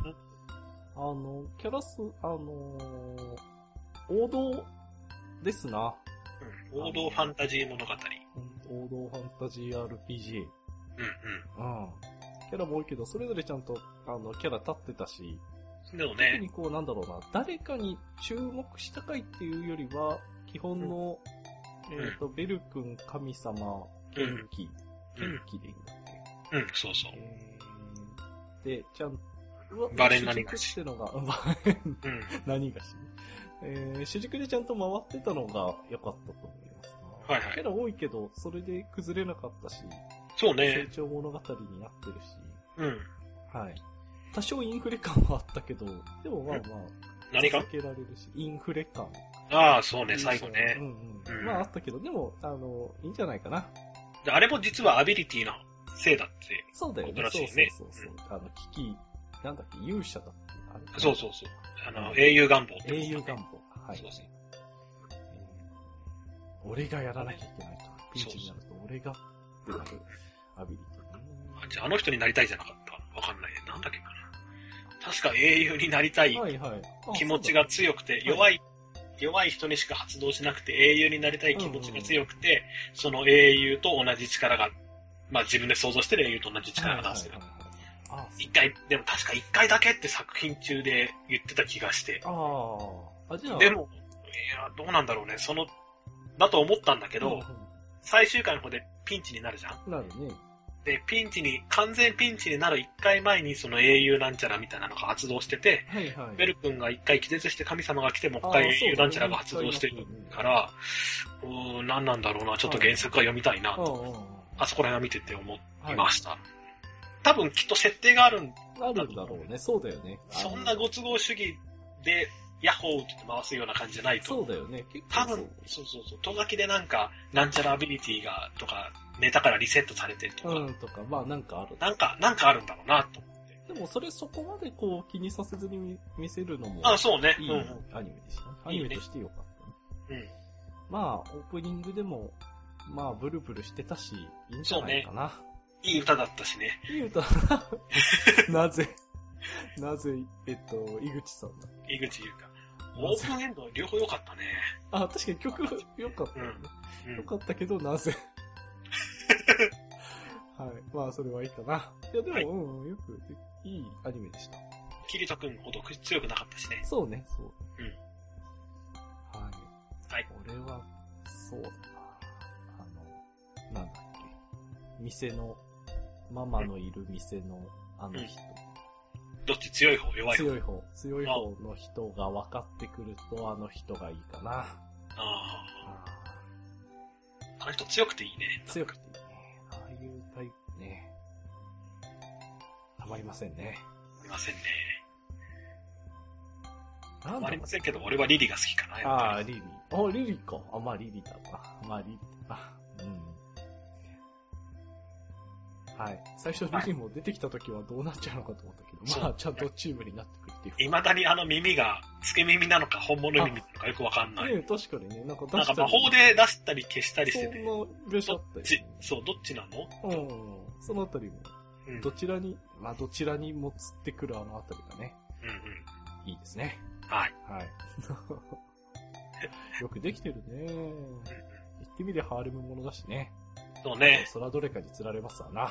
う
あ
ん。
の、キャラ数、あのー王道ですな。
うん王道ファンタジー物語。
王道ファンタジー RPG。
うんうん。
うん。キャラも多いけど、それぞれちゃんと、あの、キャラ立ってたし、
でも
特
ね、
にこう、なんだろうな、誰かに注目したかいっていうよりは、基本の、
ん
えっ、と、ベル君、神様、元気、
うん
元気でいいんだっけ、
うん、そうそう。
えーで、ちゃん、うわ
バレン何が
主
し
軸ってのが、 [LAUGHS] バレン
うん。
何がし、えー、主軸でちゃんと回ってたのが良かったと思いますな。
はいはい
キャラ多いけど、それで崩れなかったし、
そう
成
ね。
長物語になってるし、
うん。
はい。多少インフレ感はあったけど、でもまあまあ、
何か
続けられるし、インフレ感。
ああ、そうね、最後ね
う。んうん。
うん
まああったけど、でも、あの、いいんじゃないかな。
であれも実はアビリティのせいだって。
そうだよ
こと
ね。
らし
そう
いね
そうそうそう。あの、危機、なんだっけ、勇者だっけあれ
そうそうそう。あの
う、ん
英雄願望ってことだ
英
ね
雄願望。はい。
そうそう
うん俺がやらなきゃいけないと。ピンチになると俺がってなるアビリティね。
あじゃあ、あの人になりたいじゃなかった。わかんない。なんだっけかな。確か英雄になりたい
はいはいあ。
気持ちが強くて、
い
弱い、弱い人にしか発動しなくて、英雄になりたい気持ちが強くて、その英雄と同じ力が、まあ自分で想像してる英雄と同じ
そうだ、
力が出せる
はい。はいはいはいあ
一回、でも確か一回だけって作品中で言ってた気がして。
あーあ、じゃあ。
でも、いや、どうなんだろうね。その、だと思ったんだけ
うんうん、
ど、最終回の方でピンチになるじゃん
なるね。
で、ピンチに、完全ピンチになる1回前にその英雄なんちゃらみたいなのが発動してて、
はいはい。
ベル君が1回気絶して神様が来てもう1
あー
回
そうだね
英雄なんちゃらが発動してるから、うーん、何なんだろうな、ちょっと原作は読みたいな
うん
と、
うんうん。
あそこら辺は見てて思いま
は
した。多分きっと設定があるん、
い。あるんだろうね。そうだよね。あの
そんなご都合主義で、ヤッホーって回すような感じじゃないと。
そうだよね。結構
多
そう。
分、そうそうそう、とがきでなんか、なんちゃらアビリティが、とか、ネタからリセットされてるとか、
うん、とか、まあなんかある。
なんか、なんかあるんだろうな、と思って。
でもそれそこまでこう気にさせずに見見せるのも。
あ、そうね。
いい
うんうん。
アニメでしたね。ア
いい
ニ
ね
メとしてよかったね。
うん
まあ、オープニングでも、まあ、ブルブルしてたし、いいんじゃないかな。
いい歌だったしね。
いい歌だ [LAUGHS] な。なぜ、なぜ、えっと、井口さんだ。
井口優香。オープンエンド両方良かったね。
あ、確かに曲良かったよね。
う
良
ん。
かったけど、な
[LAUGHS]
ぜ。はい。まあ、それはいいかな。いや、でも、
はい
うんうん、よく、いいアニメでした。
キリト君ほど強くなかったしね。
そうね、そう。
うん
はい。
はい。
俺は、そうだな。あの、なんだっけ。店の、ママのいる店の、あの人。
どっち強い方、弱い方。
強い方。強い方の人が分かってくると、あの人がいいかな。
ああ。あの人強くていいね。
強くていいね。ああいうタイプね。たまりませんね。
いませんね。
な
あり
ろ
ませんけど、俺はリリが好きかな。
う
やっぱ
ああ、リリー。あ、リリーか。あ、まあ、リリーだな。まあ、リリーだな。うん。はい。最初、リリーも出てきた時はどうなっちゃうのかと思ったけど、ま
そ
あ
う、
ちゃんとチームになってくるっていう。
り。未だにあの耳が、付け耳なのか、本物耳なのかよくわかんない。
ね確かにね、なんか出
なんか
した
魔法で出したり消したりしてて、
そんな描写
ど
あ
っ
ったよ
ち
ね、
そう、どっちなの
うん。そのあたりも、
うん。うん
どちらに、まあ、どちらにも釣ってくるあのあたりがね、
うん。
いいですね。
はい。
はい。 [LAUGHS] よくできてるね。
うんうん
言ってみりゃハーレムものだしね。
そうね。
そらどれかに釣られますわな。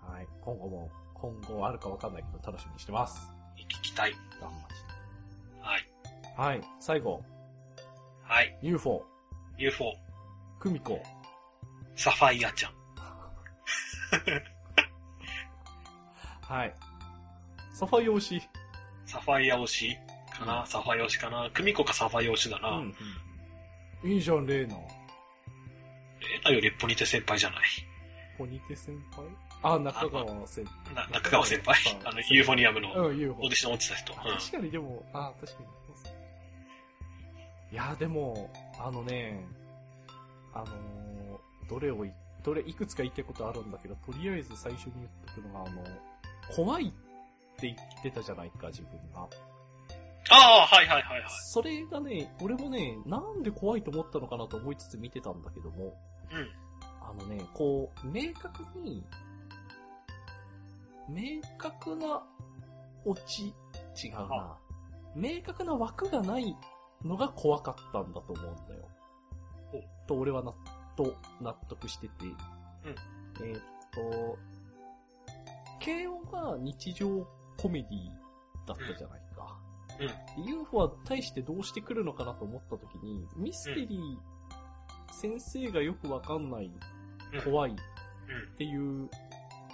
はい。今後も、今後あるかわかんないけど楽しみにしてます。
聞きたい。
頑張って。はい、最後、
はい。
UFO、
UFO、
クミコ。
サファイアちゃん。
はい。サファイオ推し。
サファイア推しかな、サファイア推しかなクミコかサファイア推しだ
う
な。
んうん。いいじゃん、レイナ。
レーナよりポニテ先輩じゃない。
ポニテ先輩あ、中川先
な中川先輩
そう。
あの、ユーフォニアムの
輩。うん、
オ
UFO
ーディ。ション落ちた人。うん。
確かにでも、あ、確かに。いや、でも、あのね、あのーどれをい、どれ、いくつか言ったことあるんだけど、とりあえず最初に言っとくのが、あの、怖いって言ってたじゃないか、自分が。
ああ、はいはいはいはい。
それがね、俺もね、なんで怖いと思ったのかなと思いつつ見てたんだけども、
うん。
あのね、こう、明確に、明確な落ち、違うな。明確な枠がないのが怖かったんだと思うんだよ。と、俺は納と納得してて。えーっと、慶応が日常コメディだったじゃないか。で UFO は対してどうしてくるのかなと思った時に、ミステリー、先生がよくわかんない
うん。い。
怖いっ
うん。
ていう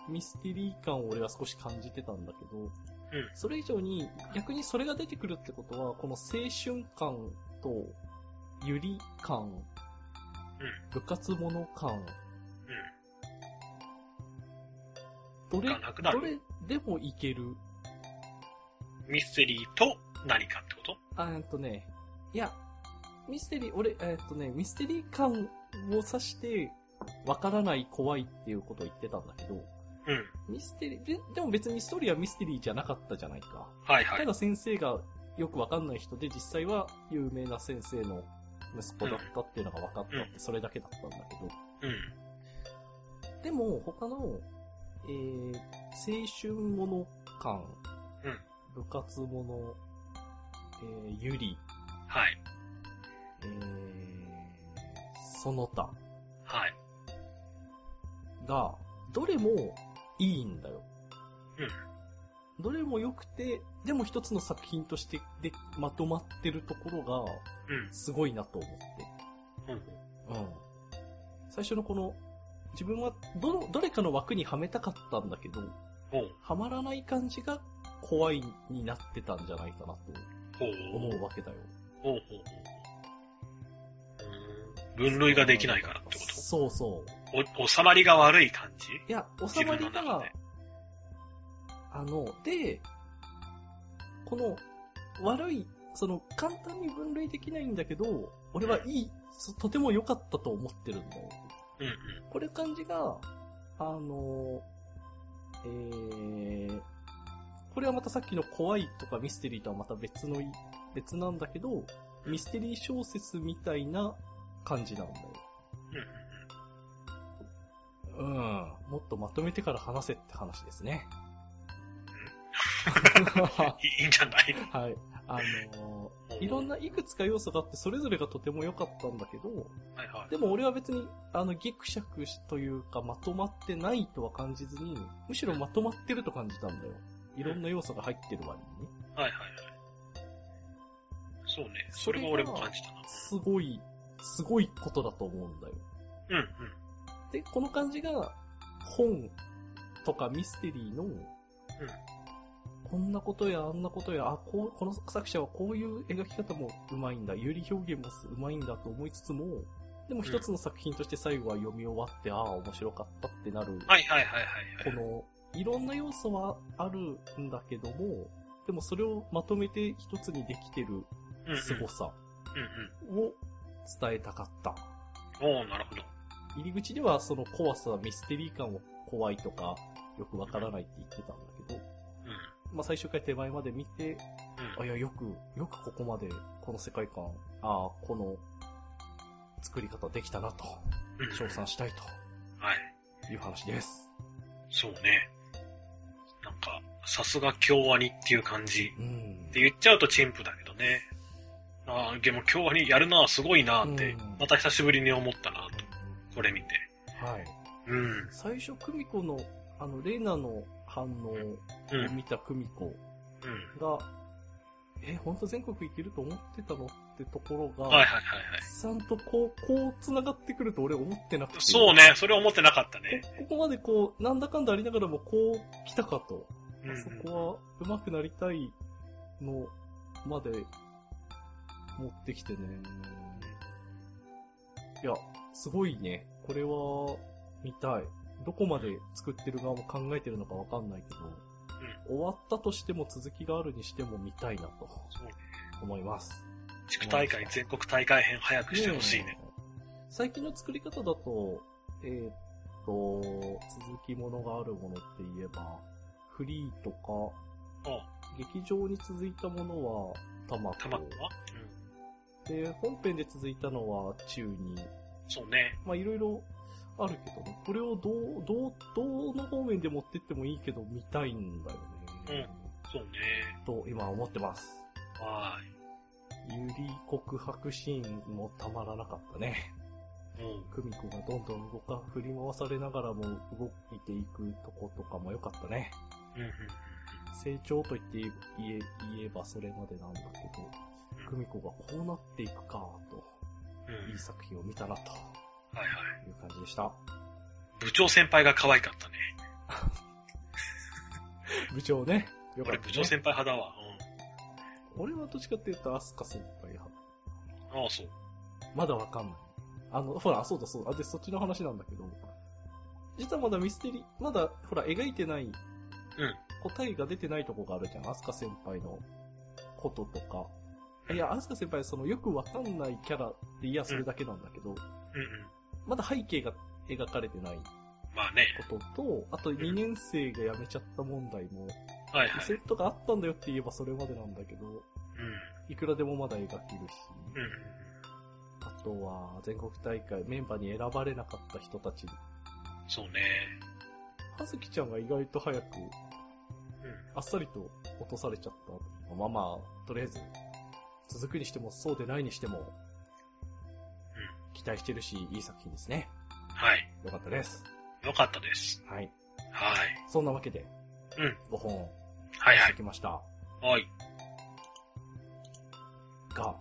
ミステリー感を俺は少し感じてたんだけど、それ以上に逆にそれが出てくるってことは、この青春感とゆり感、部活もの感、どれ
がなくなる
どれでもいける。
うん。ミステリーと何かってこと
あえっとね、いや、ミステリー、俺、えっとね、ミステリー感を指して、わからない怖いっていうことを言ってたんだけど、
うん。
ミステリー、ででも別にストーリーはミステリーじゃなかったじゃないか。
はいは
た
い。
だ先生がよくわかんない人で、実際は有名な先生の息子だったっていうのが分かったって、それだけだったんだけど。
うん。
でも、他の、えー、青春もの感、
うん
部活もの、えー、ゆり、
はい。
えー、その他
はい。
が、どれもいいんだよ。
うん。
どれも良くて、でも一つの作品としてでまとまってるところが、
うん。
すごいなと思って。
うん。
うん。最初のこの、自分はどの、どれかの枠にはめたかったんだけど、
ほう。
はまらない感じが怖いになってたんじゃないかなと
ほう。
思うわけだよ。
ほうほうほう。うーん分類ができないからってこ
そうそう。
とお、収まりが悪い感じ
いや、収まり
自分の
が
中で、
あの、で、この、悪い、その、簡単に分類できないんだけど、俺はいい、そとても良かったと思ってるんだよ。
うんうん。
これ感じが、あの、えー、これはまたさっきの怖いとかミステリーとはまた別のい、別なんだけど、ミステリー小説みたいな感じなんだよ。
うんう
う
ん
ん。もっとまとめてから話せって話ですね。
うん。いいいいんじゃない
はい。あのいろん。ないくつか要素があって、それぞれがとても良かったんだけど、
はいはい。
でも俺は別に、あの、ギクシャクしというか、まとまってないとは感じずに、むしろまとまってると感じたんだよ。いろんな要素が入ってる割にね。
はいはいはい。そうね。それは俺も感じたな。
すごい、すごいことだと思うんだよ。
うんうん。
で、この感じが、本とかミステリーの、こんなことやあんなことや、あ、こう、この作者はこういう描き方もうまいんだ、有利表現もうまいんだと思いつつも、でも一つの作品として最後は読み終わって、ああ、面白かったってなる。
はいはいはいはい
こ
はい。
の、いろんな要素はあるんだけども、でもそれをまとめて一つにできてる
うんうん
凄さ
う
を伝えたかった。
んうん。おーなるほど。
入り口ではその怖さ、ミステリー感を怖いとか、よくわからないって言ってたんだけど、
う
まあ最終回手前まで見て、
ん。
あ、
うん。
いや、よく、よくここまで、この世界観、ああ、この作り方できたなと、
うん
称賛したい
はい。
という話です。
そうね。なんか、さすが京アニっていう感じ。
うん
って。言っちゃうと陳腐だけどね。ああ、でも京アニやるな、すごいなって、
うん
また久しぶりに思ったな、これ見て。
はい。
うん。
最初、久美子の、あの、レイナの反応を
うん。
見た久美子
うん。
が、え、本当全国行けると思ってたのってところが、
はいはいはいはい。
ちゃんとこう、こう繋がってくると俺思ってなくて。
そうね、それ思ってなかったね。
ここまでこう、なんだかんだありながらもこう来たかと。
うんう
あ
ん
そこは上手くなりたいのまで持ってきてね。いや、すごいね。これは見たい。どこまで作ってる側も考えてるのかわかんないけど、終わったとしても続きがあるにしても見たいなと
そうね
思います。
地区大会、全国大会編早くしてほしいね。
うん最近の作り方だと、えーっと、続きものがあるものって言えば、フリーとか、
うん。
劇場に続いたものは、たま
たまたま
で、本編で続いたのは、中に。
うん。そうね。
まあ、いろいろあるけどね。これをどう、どう、どの方面で持ってってもいいけど、見たいんだよね。
そうね。
と、今思ってます。
は
ゆり告白シーンもたまらなかったね。
ーい。うん。
久美子がどんどん動か、振り回されながらも動いていくとことかも良かったね。
うんうんうん。
成長と言って言え言えばそれまでなんだけど、久美子がこうなっていくか、と。
うん
いい作品を見たなと
はいはい。
いう感じでした。
部長先輩が可愛かったね。
部長ね。よかっ
俺
た、
部長
ね。
先輩派だわ。
俺はどっちかっていうと、アスカ先輩派。
うん。ああ、そう。
まだわかんない。あの、ほら、あそうだそうだ。あで、そっちの話なんだけど、実はまだミステリー、まだ、ほら、描いてない、答えが出てないとこがあるじゃん。アスカ先輩のこととか。いや、アスカ先輩はその、よくわかんないキャラで、いや、それだけなんだけど、
うんうん。
まだ背景が描かれてない
まあね。
ことと、あと2年生が辞めちゃった問題も、
はいはい。
セットがあったんだよって言えばそれまでなんだけど、
う
いくらでもまだ描けるし、
ん。うん。
あとは全国大会メンバーに選ばれなかった人たち、
そうね。
はずきちゃんが意外と早く、
うん。
あっさりと落とされちゃった。まあまあ、とりあえず、続くにしてもそうでないにしても、期待してるし、いい作品ですね。
はい。
よかったです。
よかったです。
はい。
はい。
そんなわけで、
うん。
5本、
はいは
して
い。
きました。
はい。
が、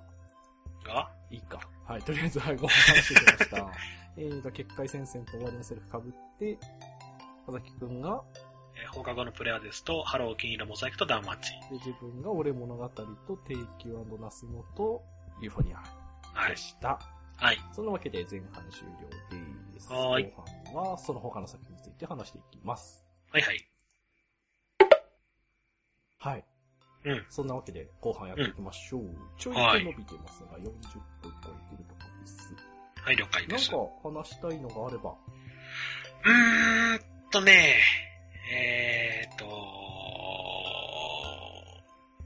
が
いいか。はい、とりあえず、はい、ご飯話してきました。
[LAUGHS]
えーと、結界戦線と終わりのセルフ被って、佐々木くんが、
えー放課後のプレアですと、ハローお気に入りのモザイクとダンマッチ。
で自分が俺物語と定休ナスノとユーフォニア
はい
で。した。
はい。
そのわけで前半終了です。
はーい
後半はその他の作品について話していきます。
はいはい。
はい。
うん。
そんなわけで後半やっていきましょう。ちょい
は
と
い
伸びてますが、40分超えてるところです。
はい、了解です。
なんか話したいのがあれば。
うーんとね、えーと、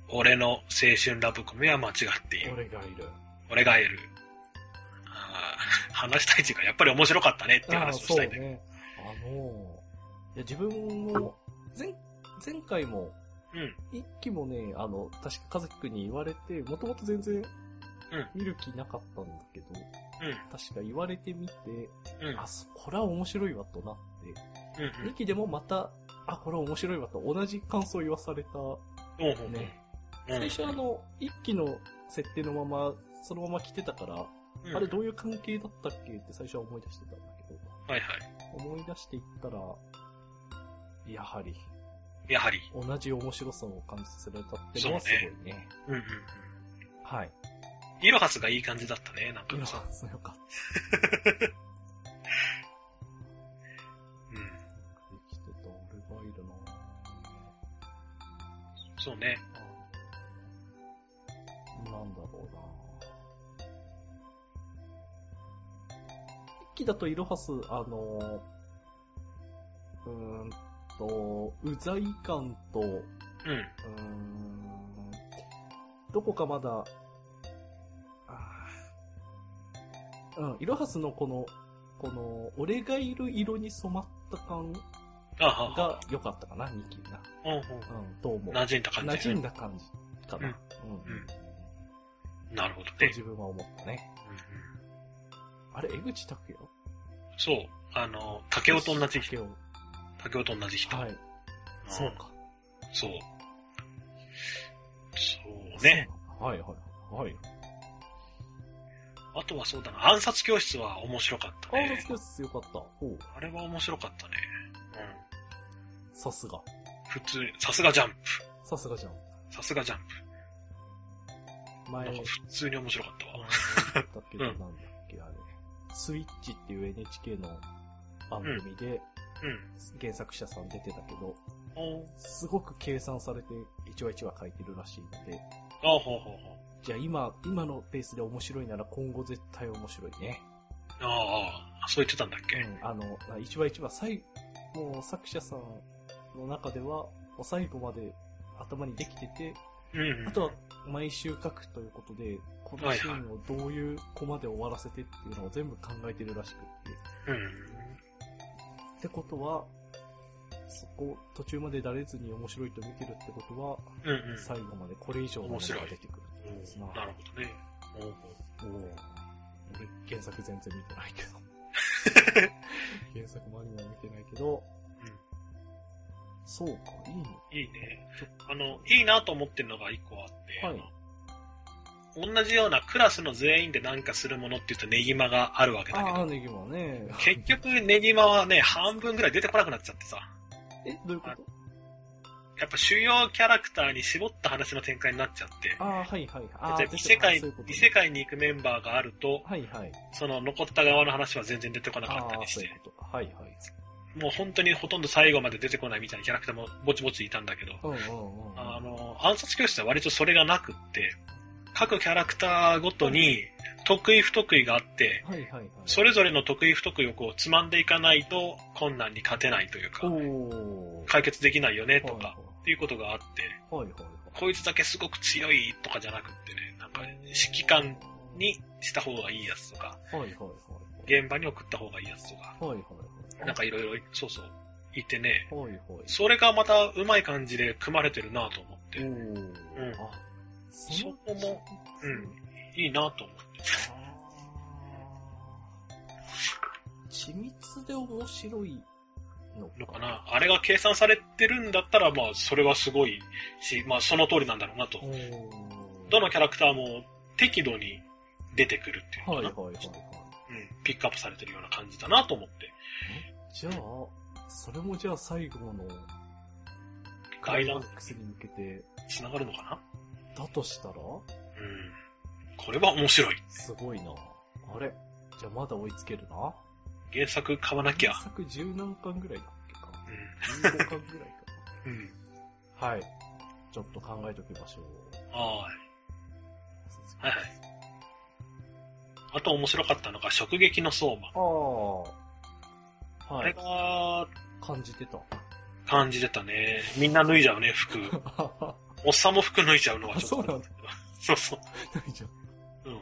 俺の青春ラブコメは間違っている。
俺がいる。
俺がいる。あー [LAUGHS] 話したいっていうか、やっぱり面白かったねっていう
ああ
話をしたいんだ
そう
よ。
ね。あのー、いや自分も、前、前回も、
うん。
一期もね、あの、確か和樹くんに言われて、もともと全然、見る気なかったんだけど、確か言われてみて、
うん。うん。
あ、そこれは面白いわとなっ
うん
て、二期でもまた、あ、これは面白いわと同じ感想を言わされた。
うん。うん。
ね。
うん。
最初あの、一期の設定のまま、そのまま来てたから、
う
[LAUGHS]
ん、
あれどういう関係だったっけって最初は思い出してたんだけど、
はいは
思い出していったら、やはり、
い。やはり。
同じ面白さを感じさせられたってのはす
そうね
ごいね。
うんうんうん。
はい。
イロハスがいい感じだったね、なんか
いや、
さ。
そうよかっ
うん。
た。できてた俺がいるなぁ
そうね。
なんだろうな一期だとイロハス、あの、うーんと、うざい感と、う
うん。
ーん、どこかまだ、あーうん、イロハスのこの、この、俺がいる色に染まった感
あはは。
が良かったかな、二期な。
うんうん。
うん、どう思う。
馴染んだ感
馴
じ
染
ね、
んだ感じかな。うん。
うんなるほど
と
ね。
自分は思ったね。
うんうん
あれ、江口拓也
そう。あの、竹雄と同じ
竹
人。
雄
竹雄と同じ人。
はいい。そうか。
そう。そうね。
はいはいはい。はい。
あとはそうだな、暗殺教室は面白かった
暗
ね
殺。教室よかった。おう
あれは面白かったね。
さすが。
うん。普通に、さすがジャンプ。
さすがじゃん。
さすがジャンプ。
前、
な
だ
んか普通に面白かったわ。
ったっけ
うん
なんだっけ、あれ。スイッチっていう NHK の番組で
うん。
原作者さん出てたけど、
おー
すごく計算されて一話一話書いてるらしいので、
ああ、ほうほうほう。
じゃあ今、今のペースで面白いなら今後絶対面白いね。
ああ、そう言ってたんだっけ、
うん、あの、あ一話一話、最、もう作者さんの中では、もう最後まで頭にできてて、
うん、うん。
あとは毎週書くということで、このシーンをどういうコマで終わらせてっていうのを全部考えてるらしくって。
うん。
ってことは、そこ、途中までだれずに面白いと見てるってことは、
うん、うん。
最後までこれ以上のものが出てくるってことですな。
おーなるほどね。おー
おお俺、原作全然見てないけ
[LAUGHS]
ど。原作もアニメも見てないけど、そうか、いいの
いいね。あの、いいなと思ってるのが一個あって、
はい
あの同じようなクラスの全員でなんかするものって言うとネギマがあるわけだけ
ああ、
ど、
ネギもね。
結局ネギマはね、半分ぐらい出てこなくなっちゃってさ、
え、どういうこと
やっぱ主要キャラクターに絞った話の展開になっちゃって、
ああ、はいはい。ああ、
で異世界
そういうこ、と
異世界に行くメンバーがあると、
はいはい。
その残った側の話は全然出てこな
あ
かった
あ、
りし
そうい
て、
うことか。はいはい。
もう本当にほとんど最後まで出てこないみたいなキャラクターもぼちぼちいたんだけど、
うんうんうんうん。
あの、暗殺教室は割とそれがなくって、各キャラクターごとに得意不得意があって、
はいはいはい。
それぞれの得意不得意をこうつまんでいかないと困難に勝てないというか
お、お。
解決できないよねとか、
は
っていうことがあって、
いはいはい
こいつだけすごく強いとかじゃなくってね、なんか指揮官にした方がいいやつとか、
はい。はいはいはい。
現場に送った方がいいやつとか、
はいはいはい。
なんかいろいろ、そうそう、いてね、
はいはい。
それがまたうまい感じで組まれてるなと思っ
お
て、
お。
うん
あ、
そこ
の
も、うん、いいなと思って。
緻密で面白いの
の
か
かな。あれが計算されてるんだったら、まあ、それはすごいし、まあ、その通りなんだろうなと。
おー
どのキャラクターも適度に出てくるっていうの
は
か
い
な、
はいはいはい。
うん。ピックアップされてるような感じだなと思って。
じゃあ、それもじゃあ最後の
ガイダ
ダ
ン
ンスに向けて、
ス繋がるのかな
だとしたら、
うん。これは面白い。
すごいな。あれじゃあまだ追いつけるな。
原作買わなきゃ
原。作十何巻ぐらいだっけか。
う
15巻ぐらい
ん。うん。
か。はい。ちょっと考えておきましょう。
はーい。はいはい。あと面白かったのが、直撃の相馬。
ああ。
あ
は
れ
い。
が、
感じてた。
感じてたね。みんな脱いじゃうね、服。おっさんも服脱いじゃうのはちょっとあれだけど。そうそう。
ないじゃん。
うん。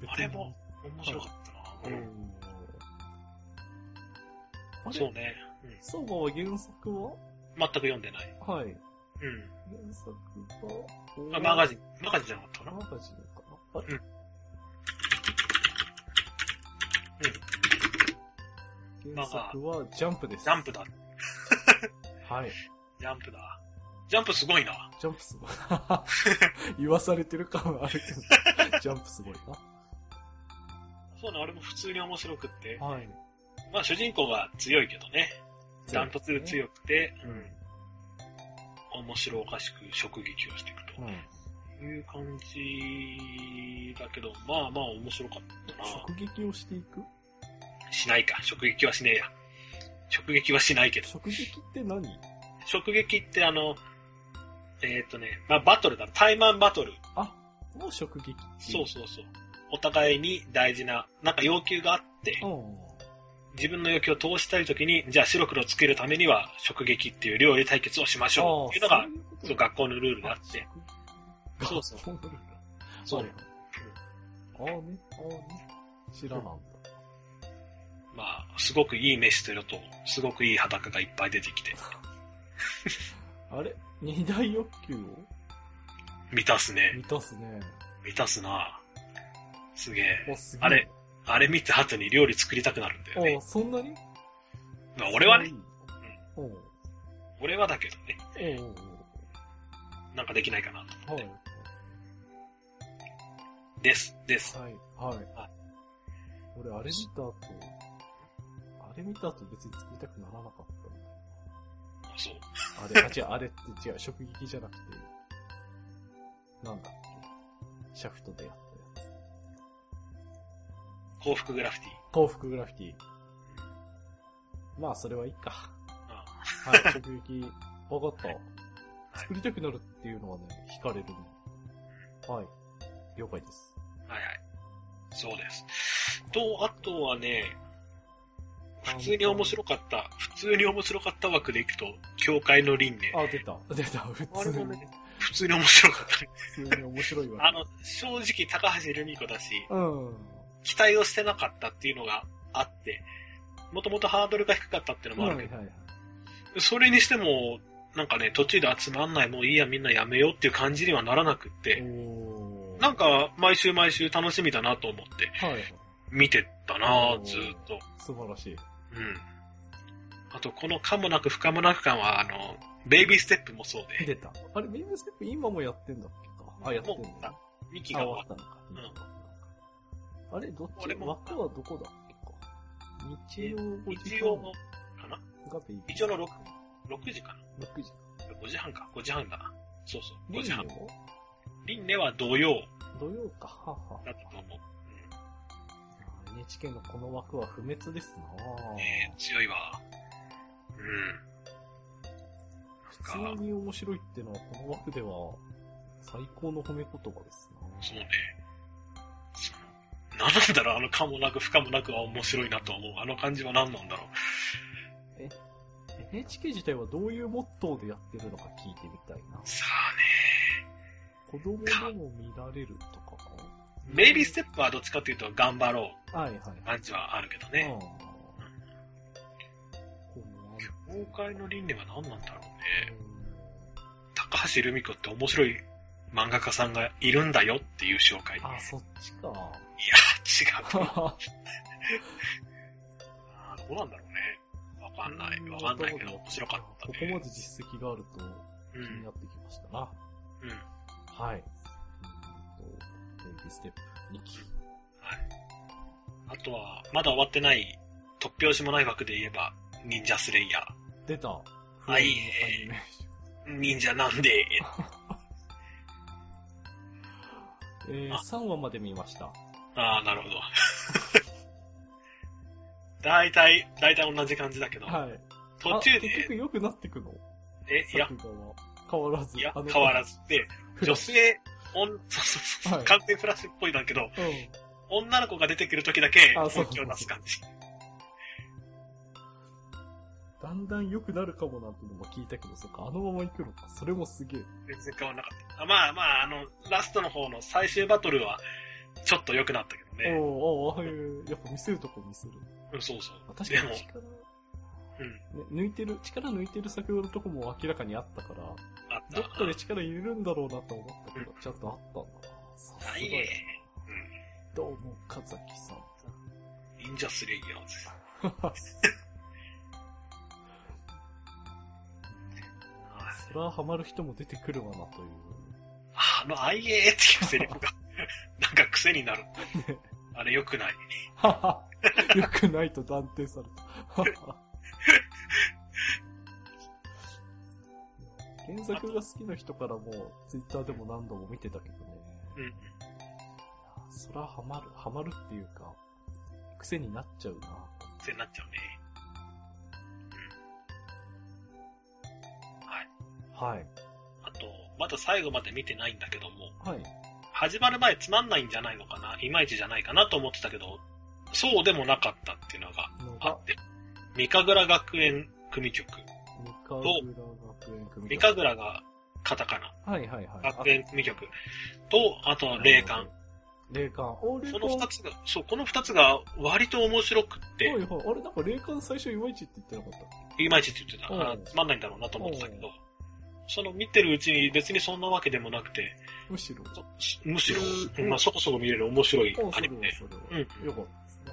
別に
あれも面白かった
う
な。
ん
うん。
あれ
そ
そう
ね。
うか、原作は
全く読んでない。
はい。
う
原作
ん。
は
あマガ
ジ
ジン、マガジンじゃなかったかな。
マガジンかなあれ
うんん
原作はジャンプです。
ジャンプだ。
はい。
ジャンプだ。ジャンプすごいな。
ジャンプすごい。 [LAUGHS] 言わされてる感はあるけ
[LAUGHS]
ど、ジャンプすごい
そうね、あれも普通に面白くって
な。。はい。
まあ主人公が強いけどね。ダントツ強くて、うん。面白おかしく直撃をしていく
うん。
という感じだけど、まあまあ面白かったな。
直撃をしていく
しないか。直撃はしねえや。直撃はしないけど。
直撃って何
直撃ってあの、えーっ、とね、まあバトルだ。タイマンバトル。
の直撃ってい
そうそうそう。お互いに大事な、なんか要求があって、
うん。
自分の要求を通したいときに、じゃあ白黒つけるためには、直撃っていう料理対決をしましょうっていうのが、
そ
そう学校のルールであって、
あ。
そうそう
学校のルール
そ
あ
う
あね、ああね。知らなんだ。
まあ、すごくいい飯と色と、すごくいい裸がいっぱい出てきて、
あれ二大欲求を
満たすね。
満たすね。
満たすなすげえ。
お、すげえ。
あれあれ見た後に料理作りたくなるんだよ
お
ね。
そんなに
まあ、俺はね、。
おう
俺はだけどね。
おうおう
なんかできないかなと思っ
は
て。
い。
です、です。
はい、はい。俺、あれ見た後、あれ見た後別に作りたくならなかっ
あそう。
た。あれ、あ、違う、あれって違う、食撃じゃなくて、なんだっけ、シャフトでやったやつ。
幸福グラフィティ。
幸福グラフィティ。まあ、それはいいか。
あ
はい、
[LAUGHS]
直撃。わかった。作りたくなるっていうのはね、惹かれるね。はい。了解です。
はいはい。そうです。と、あとはね、普通に面白かった、普通に面白かった枠でいくと、教会の輪廻。
あ、出た。出た。普
あれ
通
も
に
ね、普通に面白かっ
普通に面白い
た。あ
わ。
の、正直高橋留美子だし、
うん。
期待をしてなかったっていうのがあって、もともとハードルが低かったっていうのもあ
はい
る
は
け
い
ど、
はい。
それにしても、なんかね、途中で集まんない、もういいや、みんなやめようっていう感じにはならなくって、
おー。
なんか、毎週毎週楽しみだなと思って、
はいはい。
見てたなぁずーっと。
素晴らしい。
うん。あと、このかもなく不可もなく感は、あの、ベイビーステップもそうで、
出た。あれ、メインステップ今もやってんだっけか。あ、やってんだ
もうあ
ね。
ミキ
気
が
が
終わ
終
っ
わったのか。あれ、どっち
俺も
枠はどこだっけか。日曜
た。
5時
日
半
曜の、かな
がベイビー
日曜の 6, 6時か
6時。
な ?5 時半か。5時半だな。そうそう。5
リ
時
ー
半
グ。も
リンネは土曜
土曜か。はは
だったと思う。
NHK のこの枠は不滅ですな
う
ぁ
ん、ねえ強いわ。うん。
普通に面白いってのはこの枠では最高の褒め言葉です
そうね。そのなんなんだろう、あのかもなく不可もなくは面白いなとは思う。あの感じは何なんだろう。
なぁ NHK 自体はどういうモットーでやってるのか聞いてみたいな。
さあね。
子供でも見られるとかか
ベイビーステップはどっちかというと頑張ろ
プはいはいうはい。
感じはあるけど
うん
ね。
こうね
教会の輪廻は何なんだろう
あ
ね。
の
高橋留美子って面白い漫画家さんがいるんだよっていう紹介。いや
あ、そっちか。
違う。あーどうなんだろうね。わかんない。わかんないけど面白かった
ここ
ね。
まで実績があると
う
気に
ん
な。ってきましたな。
うん。は
は
い。
い。うんと、ベイビーステップ2期。
あとは、まだ終わってない、突拍子もない枠で言えば、忍者スレイヤー。
出た。
はい
フレームのアニメーシ
忍者なんで、
ョンえー、
あ
3話まで見ました。
ああ、なるほど。 [LAUGHS] 大体、大体同じ感じだけど、
はい。
途中
あ結
で
局、良くなってくの
え、いや、
作画は。変わらず。
いや、変わら
ず。
ずで、
フラ
女
ッシ
性、おんそうそう [LAUGHS] そう、
はい
完全フラッシュっぽいんだけど、
ュ
女の子が出てくる時だけ、
あそう
本気を出す感じ。
うん。だんだん良くなるかもなんてのも聞いたけど、そっか、あのまま行くのか。それもすげえ。
全然変わらなかった。あまあまあ、あの、ラストの方の最終バトルは、ちょっと良くなったけどね。
おーおーああいう、やっぱ見せるとこ見せる。
うん、そうそう。
まあ確
で
か
も
に、力、ね、
うん、
抜いてる、力抜いてる作画のとこも明らかにあったから、
あった。
どっかで力入れるんだろうなと思ったけど、ちゃんとあったんだな。さすが
ない
や
ね。
どうも、かざきさん。
うん。忍者スレイヤーです。
[LAUGHS] そらハマる人も出てくるわなという。
あの IA っていうセリフが、なんか癖になる。あれ良くない。
ははよくないと断定された。 [LAUGHS] 原作が好きな人からも、ツイッターでも何度も見てたけどね。
うん。
そらハマる、ハマるっていうか、癖になっちゃうな。
癖になっちゃうね。うん。はい。
はい。
あと、まだ最後まで見てないんだけども、
はい。
始まる前つまんないんじゃないのかな、いまいちじゃないかなと思ってたけど、そうでもなかったっていうのが
の
あ
が
っ、て、三神楽学園組曲。
三神楽学園組
三神楽がカタカナ。
はいはいはい。
学園組曲と、あと霊感。。
霊感。あ、霊
そ
感。
の二つが、そう、この二つが割と面白くっ
は
て、
いはい。あれ、なんか霊感最初いまいちって言ってなかった
いまいちって言ってた、
うん
あつまんないんだろうなと思ってたけど、その見てるうちに別にそんなわけでもなくて、
むしろ。
そむしろ、
うん
まあ、そこそこ見れる面白い
あ、
ア
それ
ニ
は
メで、
それは。
うん
よかったですね。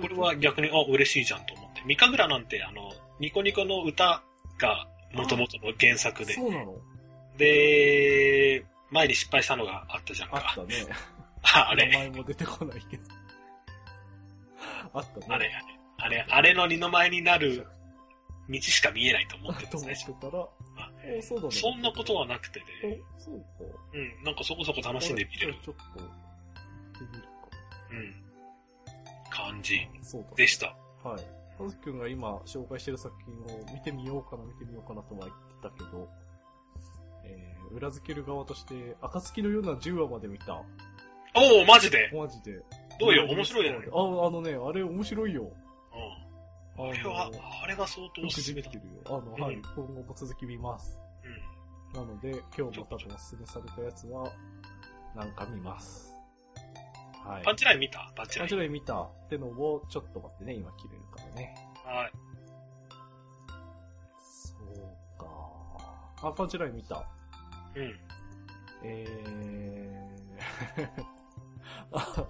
これは逆に、あ、嬉しいじゃんと思って。三神楽なんて、あの、ニコニコの歌が元々の原作で、
そうなの
で、前に失敗したのがあったじゃん
あっ
か。
たね。
ああ
名
れ、
前も出てこないけど。あったね。
あれ、あれ、あれの二の舞になる道しか見えないと思って
と
た
思っ
ね。
てたら、
あ
おそうだね。
そんなことはなくてね、
え、そうか。
うん、なんかそこそこ楽しんで見れる、
ちょっと、行ってみる
うん、感じ
か。そうだね
でした。
はい。和樹くんが今紹介してる作品を見てみようかな、見てみようかなとは言ってたけど、えー、裏付ける側として、暁のような10話まで見た。
おお、マジで
マジで。
どうよ、面白いじゃない
あ、あのね、あれ面白いよ。
う
あの
ん。あれは、あれが相当
よ
お
く
すす
で
め
き
だ。
て
う
るよ。あの、はい。
うん
今後も続き見ます。
ん。
なので、今日またお勧めされたやつは、なんか見ます。はい。
パンチライン見たパンチ
パ
ライ
ン
ン
チ。ライン見たってのを、ちょっと待ってね、今切れるからね。
はい。
そうか。あ、パンチライン見た。
うん。
えー [LAUGHS] あ、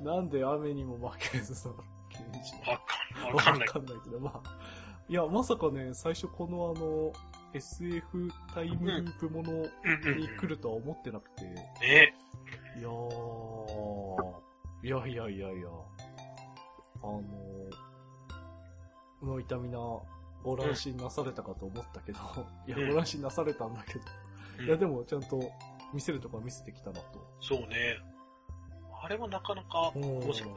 なんで雨にも負けずさ、刑事
わかん、わかんない
わ。かんないけど、まあ。いや、まさかね、最初このあの、SF タイムループもの
うんうんうん。
に来るとは思ってなくて、
ね
いやー、いやいやいやいや、あの、の痛みな、ご乱心なされたかと思ったけど、いや、
うん
ご乱心なされたんだけど、
うん
いや、でもちゃんと見せるとこは見せてきたなと。
そうね。あれはなかなか面白い。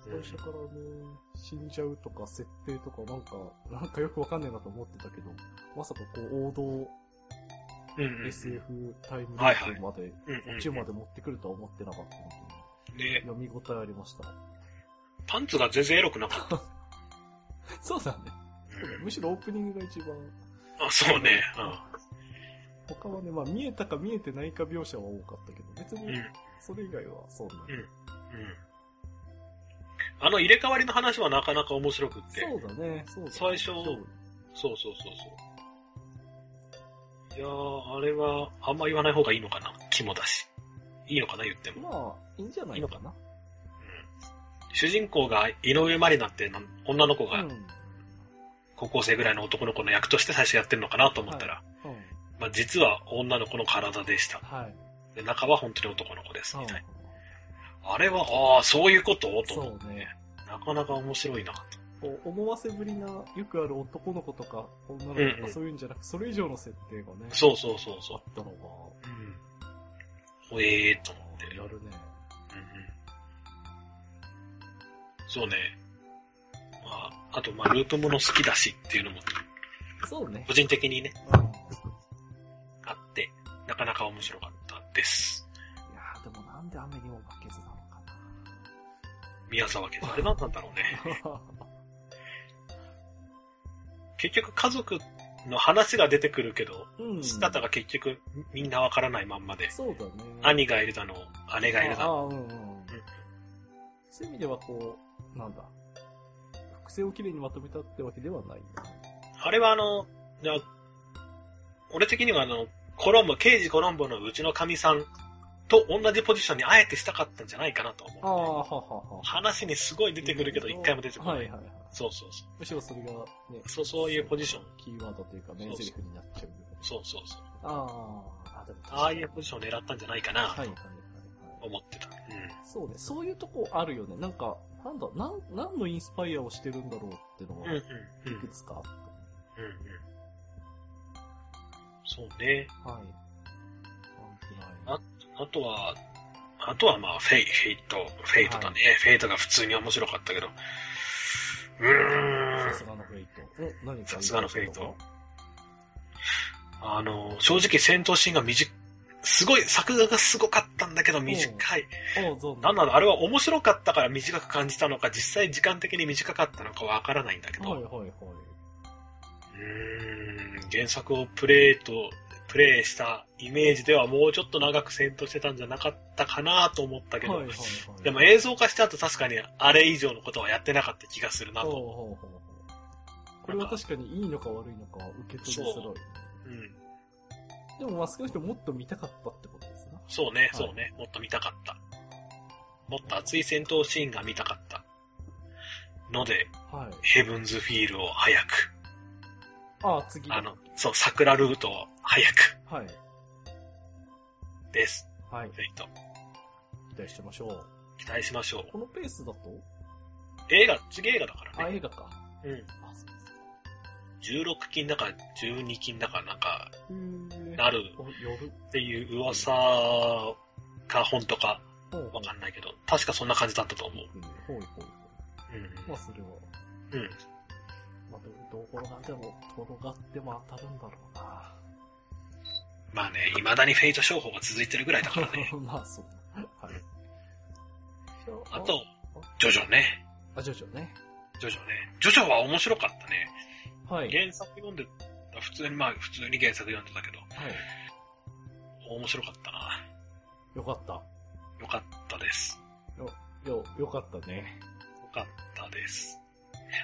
最初からね、死んじゃうとか設定とかなんか、なんかよくわかんねえなと思ってたけど、まさかこう王道
うんうんうん。
SF タイム
は
ラ
いは
イ
い
プまで、
うん
こっちまで持ってくるとは思ってなかったので、
ね
読み応えありました。
パンツが全然エロくなかった。
そうだね。むしろオープニングが一番、
[LAUGHS] あ、そうね。
他はね、まあ見えたか見えてないか描写は多かったけど、別
うん。うん。う
に
ん。
それ以外はそうなんだ、
あの入れ替わりの話はなかなか面白くって。
そうだね、そうだね。
最初
そう
そうそうそうそう。いやー、あれは、あんま言わない方がいいのかな。肝だし。いいのかな、言っても。
まあ、いいんじゃないのかな。
うん主人公が井上まりなってなん女の子が
うん。
高校生ぐらいの男の子の役として最初やってるのかなと思ったら、
うん。
まあ、実は女の子の体でした。
はい。
で中は本当に男の子です、
うん
みたいな。あれは、ああ、そういうことと思っ
そ
て
うね。
なかなか面白いな。
こう思わせぶりな、よくある男の子とか女の子
うん
と
う
か
ん
そういうんじゃなく、それ以上の設定がね、
そうそうそう
あ
そ
ったのが、
う。うん。ほえーっと思って。
やるね。
うんうんそうね。まあ、あと、まあ、ループもの好きだしっていうのも、
そうね
個。人的にね、
うんい
あって、なかなか面白かったです。
やーでもなんで雨にも負けずなのかな。
宮沢家。あれ何なんだろうね。結局、家族の話が出てくるけど、
うん。
姿が結局、みんなわからないまんまで、
そうだね。
兄がいるだの、姉がいるだ
あ
の。
あ、うんうん。そういう意味ではこう、なんだ。複製をきれいにまとめたってわけではない。
あれはあの、じゃあ俺的にはあの、コロンボ、刑事コロンボのうちの神さんと同じポジションにあえてしたかったんじゃないかなと
あ
思う。
あ、ははは。
話にすごい出てくるけど、一回も出てこない。
はいはいはい。
そうそうそう。
むしろそれがね、
そうそういうポジション。
キーワードというか、名台詞になっちゃう。
そうそうそう。
ああ、でも確かに
ああいうポジションを狙ったんじゃないかな、
はいはいはいはい。
思ってた。う
そうね、そういうとこあるよね。なんか、なんだ、なん、何のインスパイアをしてるんだろうっての
ん。うん
は、
う
い
んうん。うんうん
く。つかあっ
そうね。
た。はい。
ああとは、あとはまあ、フェイ、フェイト、フェイトだね。フェイトが普通に面白かったけど。うー
さ
ん
す。がのフェイト。お、何か言いたいこと
さすがのフェイト。あの、正直戦闘シーンが短い、すごい、作画がすごかったんだけど短い。
おう、ゾウ
なんなのあれは面白かったから短く感じたのか、実際時間的に短かったのかわからないんだけど、
はいうはいはい。
ーん、原作をプレイと、プレイしたイメージではもうちょっと長く戦闘してたんじゃなかったかなと思ったけど、
はいはいはい。
でも映像化した後確かにあれ以上のことはやってなかった気がするな
ほう
と。
ほうほうほう。これは確かにいいのか悪いのか受け取りづらい。
うん、
でも、まあ、少なくとももっと見たかったってことですな。
そうね、そうね、もっと見たかった。もっと熱い戦闘シーンが見たかった。ので、
はい。
ヘブンズフィールを早く
ああ、次だ。
あの、そう、桜ルートを早く
はい。
です。
はい。
ぜひと、
期待してましょう。
期待しましょう。
このペースだと
映画、次映画だか
あ、
らね。
映画か。
うん。
あ、そうですか。
16金だか12金だかなんか、
うーん
なる
お、夜。
っていう噂か本当か
ほうほう
わかんないけど、確かそんな感じだったと思う。
うんほいほいほい。まあ、それは。
うん。うん。
まあ、どどころがでも、転がっても当たるんだろうな。
まあね、未だにフェイト商法が続いてるぐらいだか
[LAUGHS]
らね。
まあ、そう。はい。
あと、ジョジョね。
あ、ジョジョね。
ジョジョね。ジョジョは面白かったね。
はい。
原作読んでた、普通に、まあ普通に原作読んでたけど、
はい。
面白かったな。
よかった。
よかったです。
よ、よかったね。
よかったです。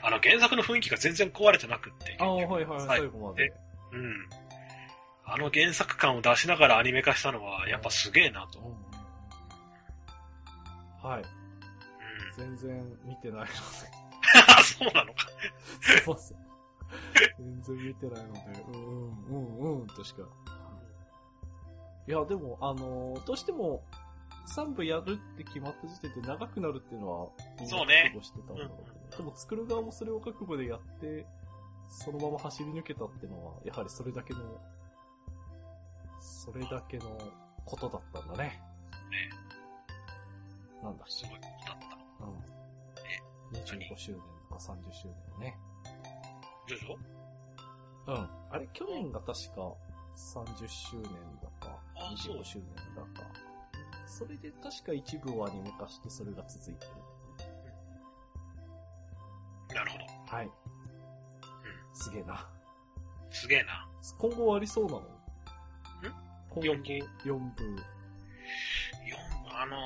あの、原作の雰囲気が全然壊れてなくって。
ああ、はいはい、
はい
最後まで。
うん。あの原作感を出しながらアニメ化したのは、やっぱすげえなと。
うん
う
うん
ん。 [LAUGHS]
はい。全然見てないので、
そうなのか。
すいません。全然見てないので、うんうんうんうんとしか。いや、でも、あのーどうしても、3部やるって決まった時点で長くなるっていうのは、みんな
そうね
覚悟してたんだろうけど、でも作る側もそれを覚悟でやって、そのまま走り抜けたっていうのは、やはりそれだけの、それだけのことだったんだね。
ね
なんだっけ
すごいことだった。
うん。25周年とか30周年のね。
ジョジョ
うん。あれ、去年が確か30周年だか、
あそう
25周年だか。それで確か一部をアニメ化してそれが続いてる。
なるほど。
はい。すげえな。
すげえな。
今後ありそうなの今
四
後
期
4部。
4部、あの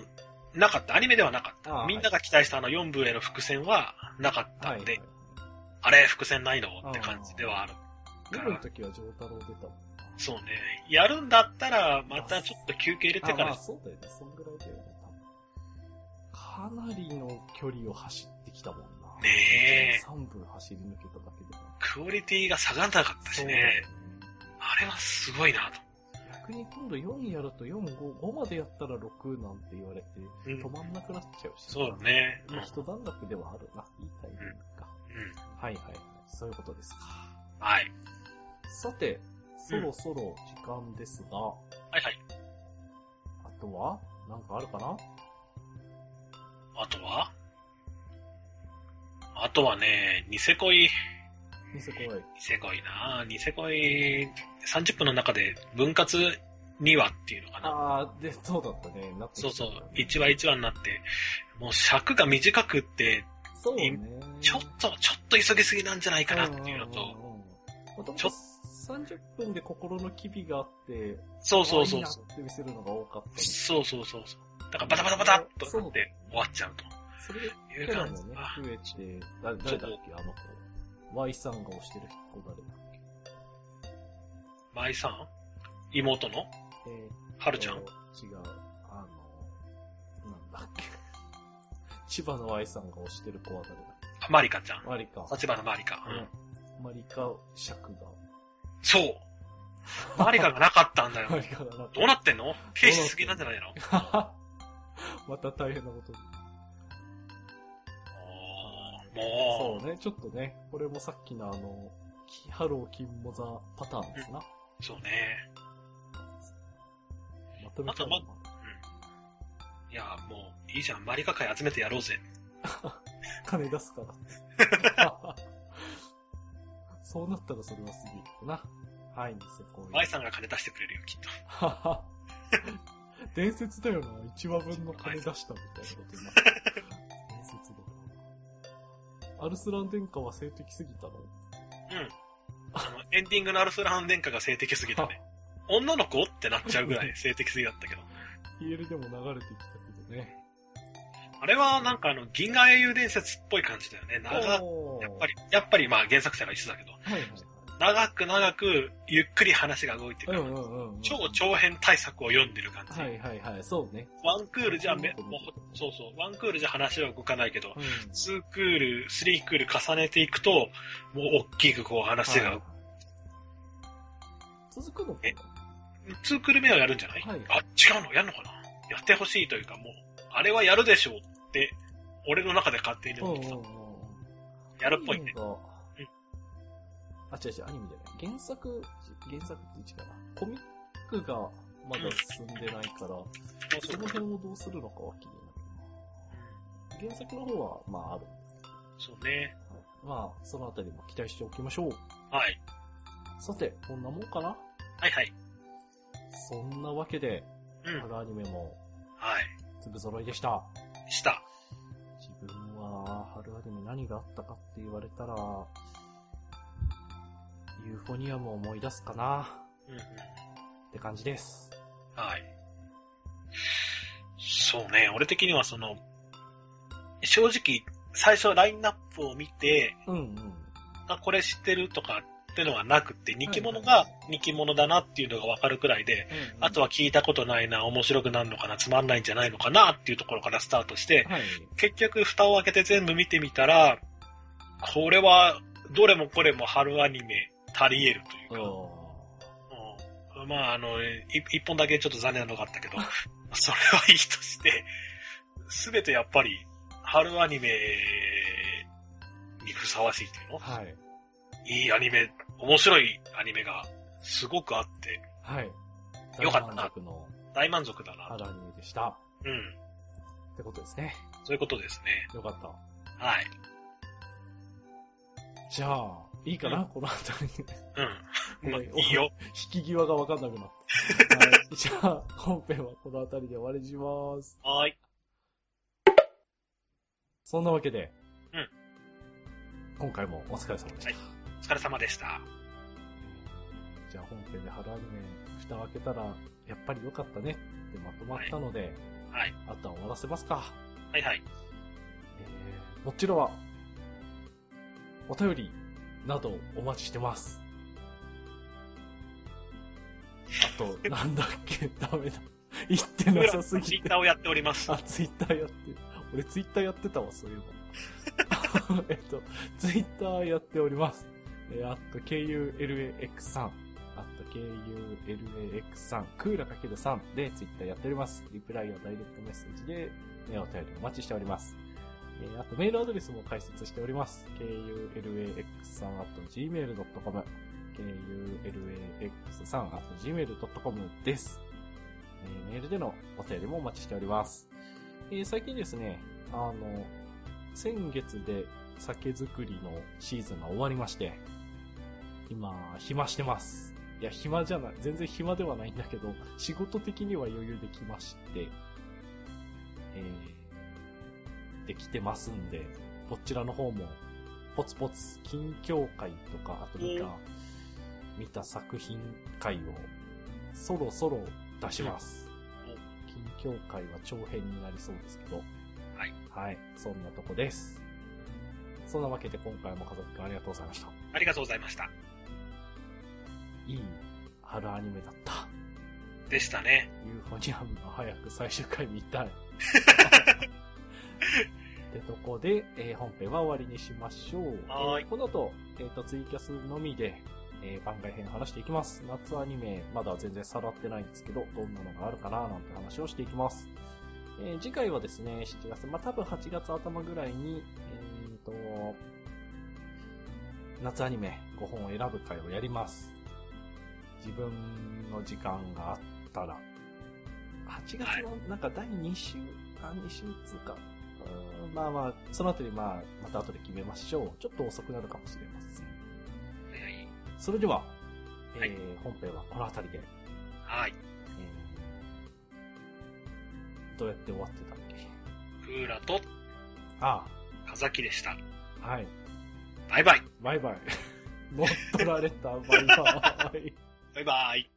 ーなかった。アニメではなかっ
あー
た。みんなが期待したあの4部への伏線はなかった
はい、
ん
は
で、
い。
あれ、伏線ないのって感じではある。
4部の時は丈太郎出たもんな。
そうね。やるんだったら、またちょっと休憩入れてか
あま
ら
あ、そうだよね。そんぐらいだよね、多分。かなりの距離を走ってきたもんな。
ねえ
3部走り抜けただけでも。
クオリティが下がらなかったし
そうだよ
ね。あれはすごいなと。
逆に今度4やると4、5、5までやったら6なんて言われて、
うん
止まんなくなっちゃうし。
そうだ。ね。うん。
まあ、一段落ではあるな。いいタイミングか。
うん
はいはいはい。そういうことですか。
はい。
さて、そろそろ時間ですが、
はいはい。
あとはなんかあるかな
あとはあとはね、ニセ恋。
ニセコイ。
ニセ恋なニセ恋、30分の中で分割2話っていうのかな。
あー、で、そうだったね。なってき
そう
た
そう
ね。
1話1話になって、もう尺が短くって、
そうね。
ちょっと、ちょっと急ぎすぎなんじゃないかなっていうの
うん
と、
うんうんうん。もとも
ちょ
と30分で心の機微があって、
そうそうそ
終わりに
うそ
なって見せるのが多かったん
う。
で
そうそうそうそう。だからバタバタバタっとなって終わっちゃうと
それで
いう
キャラ
感
も
じ
ね
が。、
増えて、だ誰だっけ、あの子。Y さんが推してる子誰だっけ。
舞さん妹の
えー、
はるちゃ
違
ん
う、あの、なんだっけ。千葉の Y さんが推してる子は誰だっ
あマリカちゃん
け。。マリカ。
立花マリカ。うん
ね。マリカ尺が。
そう。マリカがなかったんだよ。
[LAUGHS] マリカだな。
どうなってんの軽視しすぎなんじゃないの
[LAUGHS] また大変なことに。
おーも
そうね、ちょっとね、これもさっきのあの、きハロー金モザパターンですな。
う、そうね。
まとめちゃうのもある
いや、もう、いいじゃん。マリカ会集めてやろうぜ。
金出すから。そうなったらそれはすげえけどな。はい、ニセコ
マイさんが金出してくれるよ、きっと。
イ。 [LAUGHS] 伝説だよな。1話分の金出したみたいなことになった。伝説だな。アルスラン殿下は性的すぎたの
うん。あの、エンディングのアルスラハン殿下が性的すぎたね。女の子ってなっちゃうぐらい性的すぎだったけど。
?TL でも流れてきたけどね。
あれはなんかあの、銀河英雄伝説っぽい感じだよね。長、やっぱ
り。
り、やっぱりまあ原作者が一緒だけど。
はいはいはい。
長く長くゆっくり話が動いて
う
く
ん
る。
うんうんうん。
超長編対策を読んでる感じ。
はいはいはい、そうね。
ワンクールじゃめ、
うん
もうそうそう、ワンクールじゃ話は動かないけど、
うん。
ツークール、スリークール重ねていくと、もう大きくこう話が、
はい続くのか
えツークール目はやるんじゃない、
はい
あ、違うのやるのかなやってほしいというか、もう、あれはやるでしょうって、俺の中で勝手に
うんう
思
ん
っ
う
て
ん
た。
うん。
やるっぽいね。
アニメがあ、違う違う、アニメじゃない。原作、原作って違うな。コミックがまだ進んでないから、
そう
そ
そう
の辺をどうするのかは気になるな。原作の方は、まあある。
そうね。
まあ、そのあたりも期待しておきましょう。
はい。
さて、こんなもんかな
はいはい。
そんなわけで、
うん。
春アニメも
は
粒揃いでした。
い。した。
自分は春アニメ何があったかって言われたら、ユーフォニアムを思い出すかな
うんうん。
って感じです。
はい。そうね。俺的にはその、正直、最初ラインナップを見て、
うんうん。
あ、これ知ってるとかってのはなくて、
い
人気者が人気者だなっていうのがわかるくらいで、あと
は、
は聞いたことないな、面白くなるのかな、つまんないんじゃないのかなっていうところからスタートして、
はい。
結局蓋を開けて全部見てみたら、これは、どれもこれも春アニメ足り得るというか、うんまあ、あの、い一本だけちょっと残念なのがあったけど、 [LAUGHS] それはいいとして、すべてやっぱり、春アニメにふさわしいっていうの
はい。
いいアニメ、面白いアニメがすごくあって、
はい。
よかったな
大満足の
大満足だな。
春アニメでした。
うん。
ってことですね。
そういうことですね。
よかった。
はい。
じゃあ、いいかな、このあたりで。
うん。まあ、
お
い
い [LAUGHS] おい
いよ。
引き際がわかんなくなった。はい、じゃあ、本編はこのあたりで終わりにします。
はーい。
そんなわけで、
うん
今回もお疲れ様でした。
はいお疲れ様でした。
じゃあ本編で春アニメ蓋を開けたら、やっぱり良かったねってまとまったので、
はい。
あとは終わらせますか。
はいはい。
えー、こちらは、お便りなどお待ちしてます。あと、なんだっけ、ダメだ。言ってなさすぎ
ツイ
て
ッ。ターをやっております。
あ、ツイッターやってる。俺ツイッターやってたわ、そういえ [LAUGHS] ば。えっと、ツイッターやっております。えー、あと、KULAX3。あと、KULAX3。クーラかける3でツイッターやっております。リプライやダイレクトメッセージで、えーお便りお待ちしております。えー、あと、メールアドレスも解説しております。KULAX3.gmail.com。KULAX3.gmail.com です。えーメールでのお便りもお待ちしております。えー最近ですね、あの、先月で酒造りのシーズンが終わりまして、今、暇してます。いや、暇じゃない、全然暇ではないんだけど、仕事的には余裕できまして、えーできてますんで、こちらの方も、ポツポツ、近況会とか、あと見た、見た作品会を、そろそろ出します。近況会は長編になりそうですけど、
はい。
はい、そんなとこです。そんなわけで今回も家族くんありがとうございました。
ありがとうございました。
いい春アニメだった。
でしたね。
ユーフォニアムが早く最終回見
[LAUGHS]
たい。ってとこで、えー本編は終わりにしましょう。
はーい
えーこの後、えーと、ツイキャスのみで、えー番外編話していきます。夏アニメ、まだ全然さらってないんですけど、どんなのがあるかななんて話をしていきます。えー次回はですね、7月、まあ、多分8月頭ぐらいに、えーと、夏アニメ5本を選ぶ回をやります。自分の時間があったら、8月のなんか第2週、あ、2週っつうか、うーんまあまあ、そのあたりまあ、また後で決めましょう。ちょっと遅くなるかもしれません。それでは、えー
はい
本編はこのあたりで、
はい。
えーどうやって終わってたっけ
クーラと
あ
風木でした。
あ、はい。
バイバイ。
バイバイ。乗っ取られた、バイバイ。
バイバイ。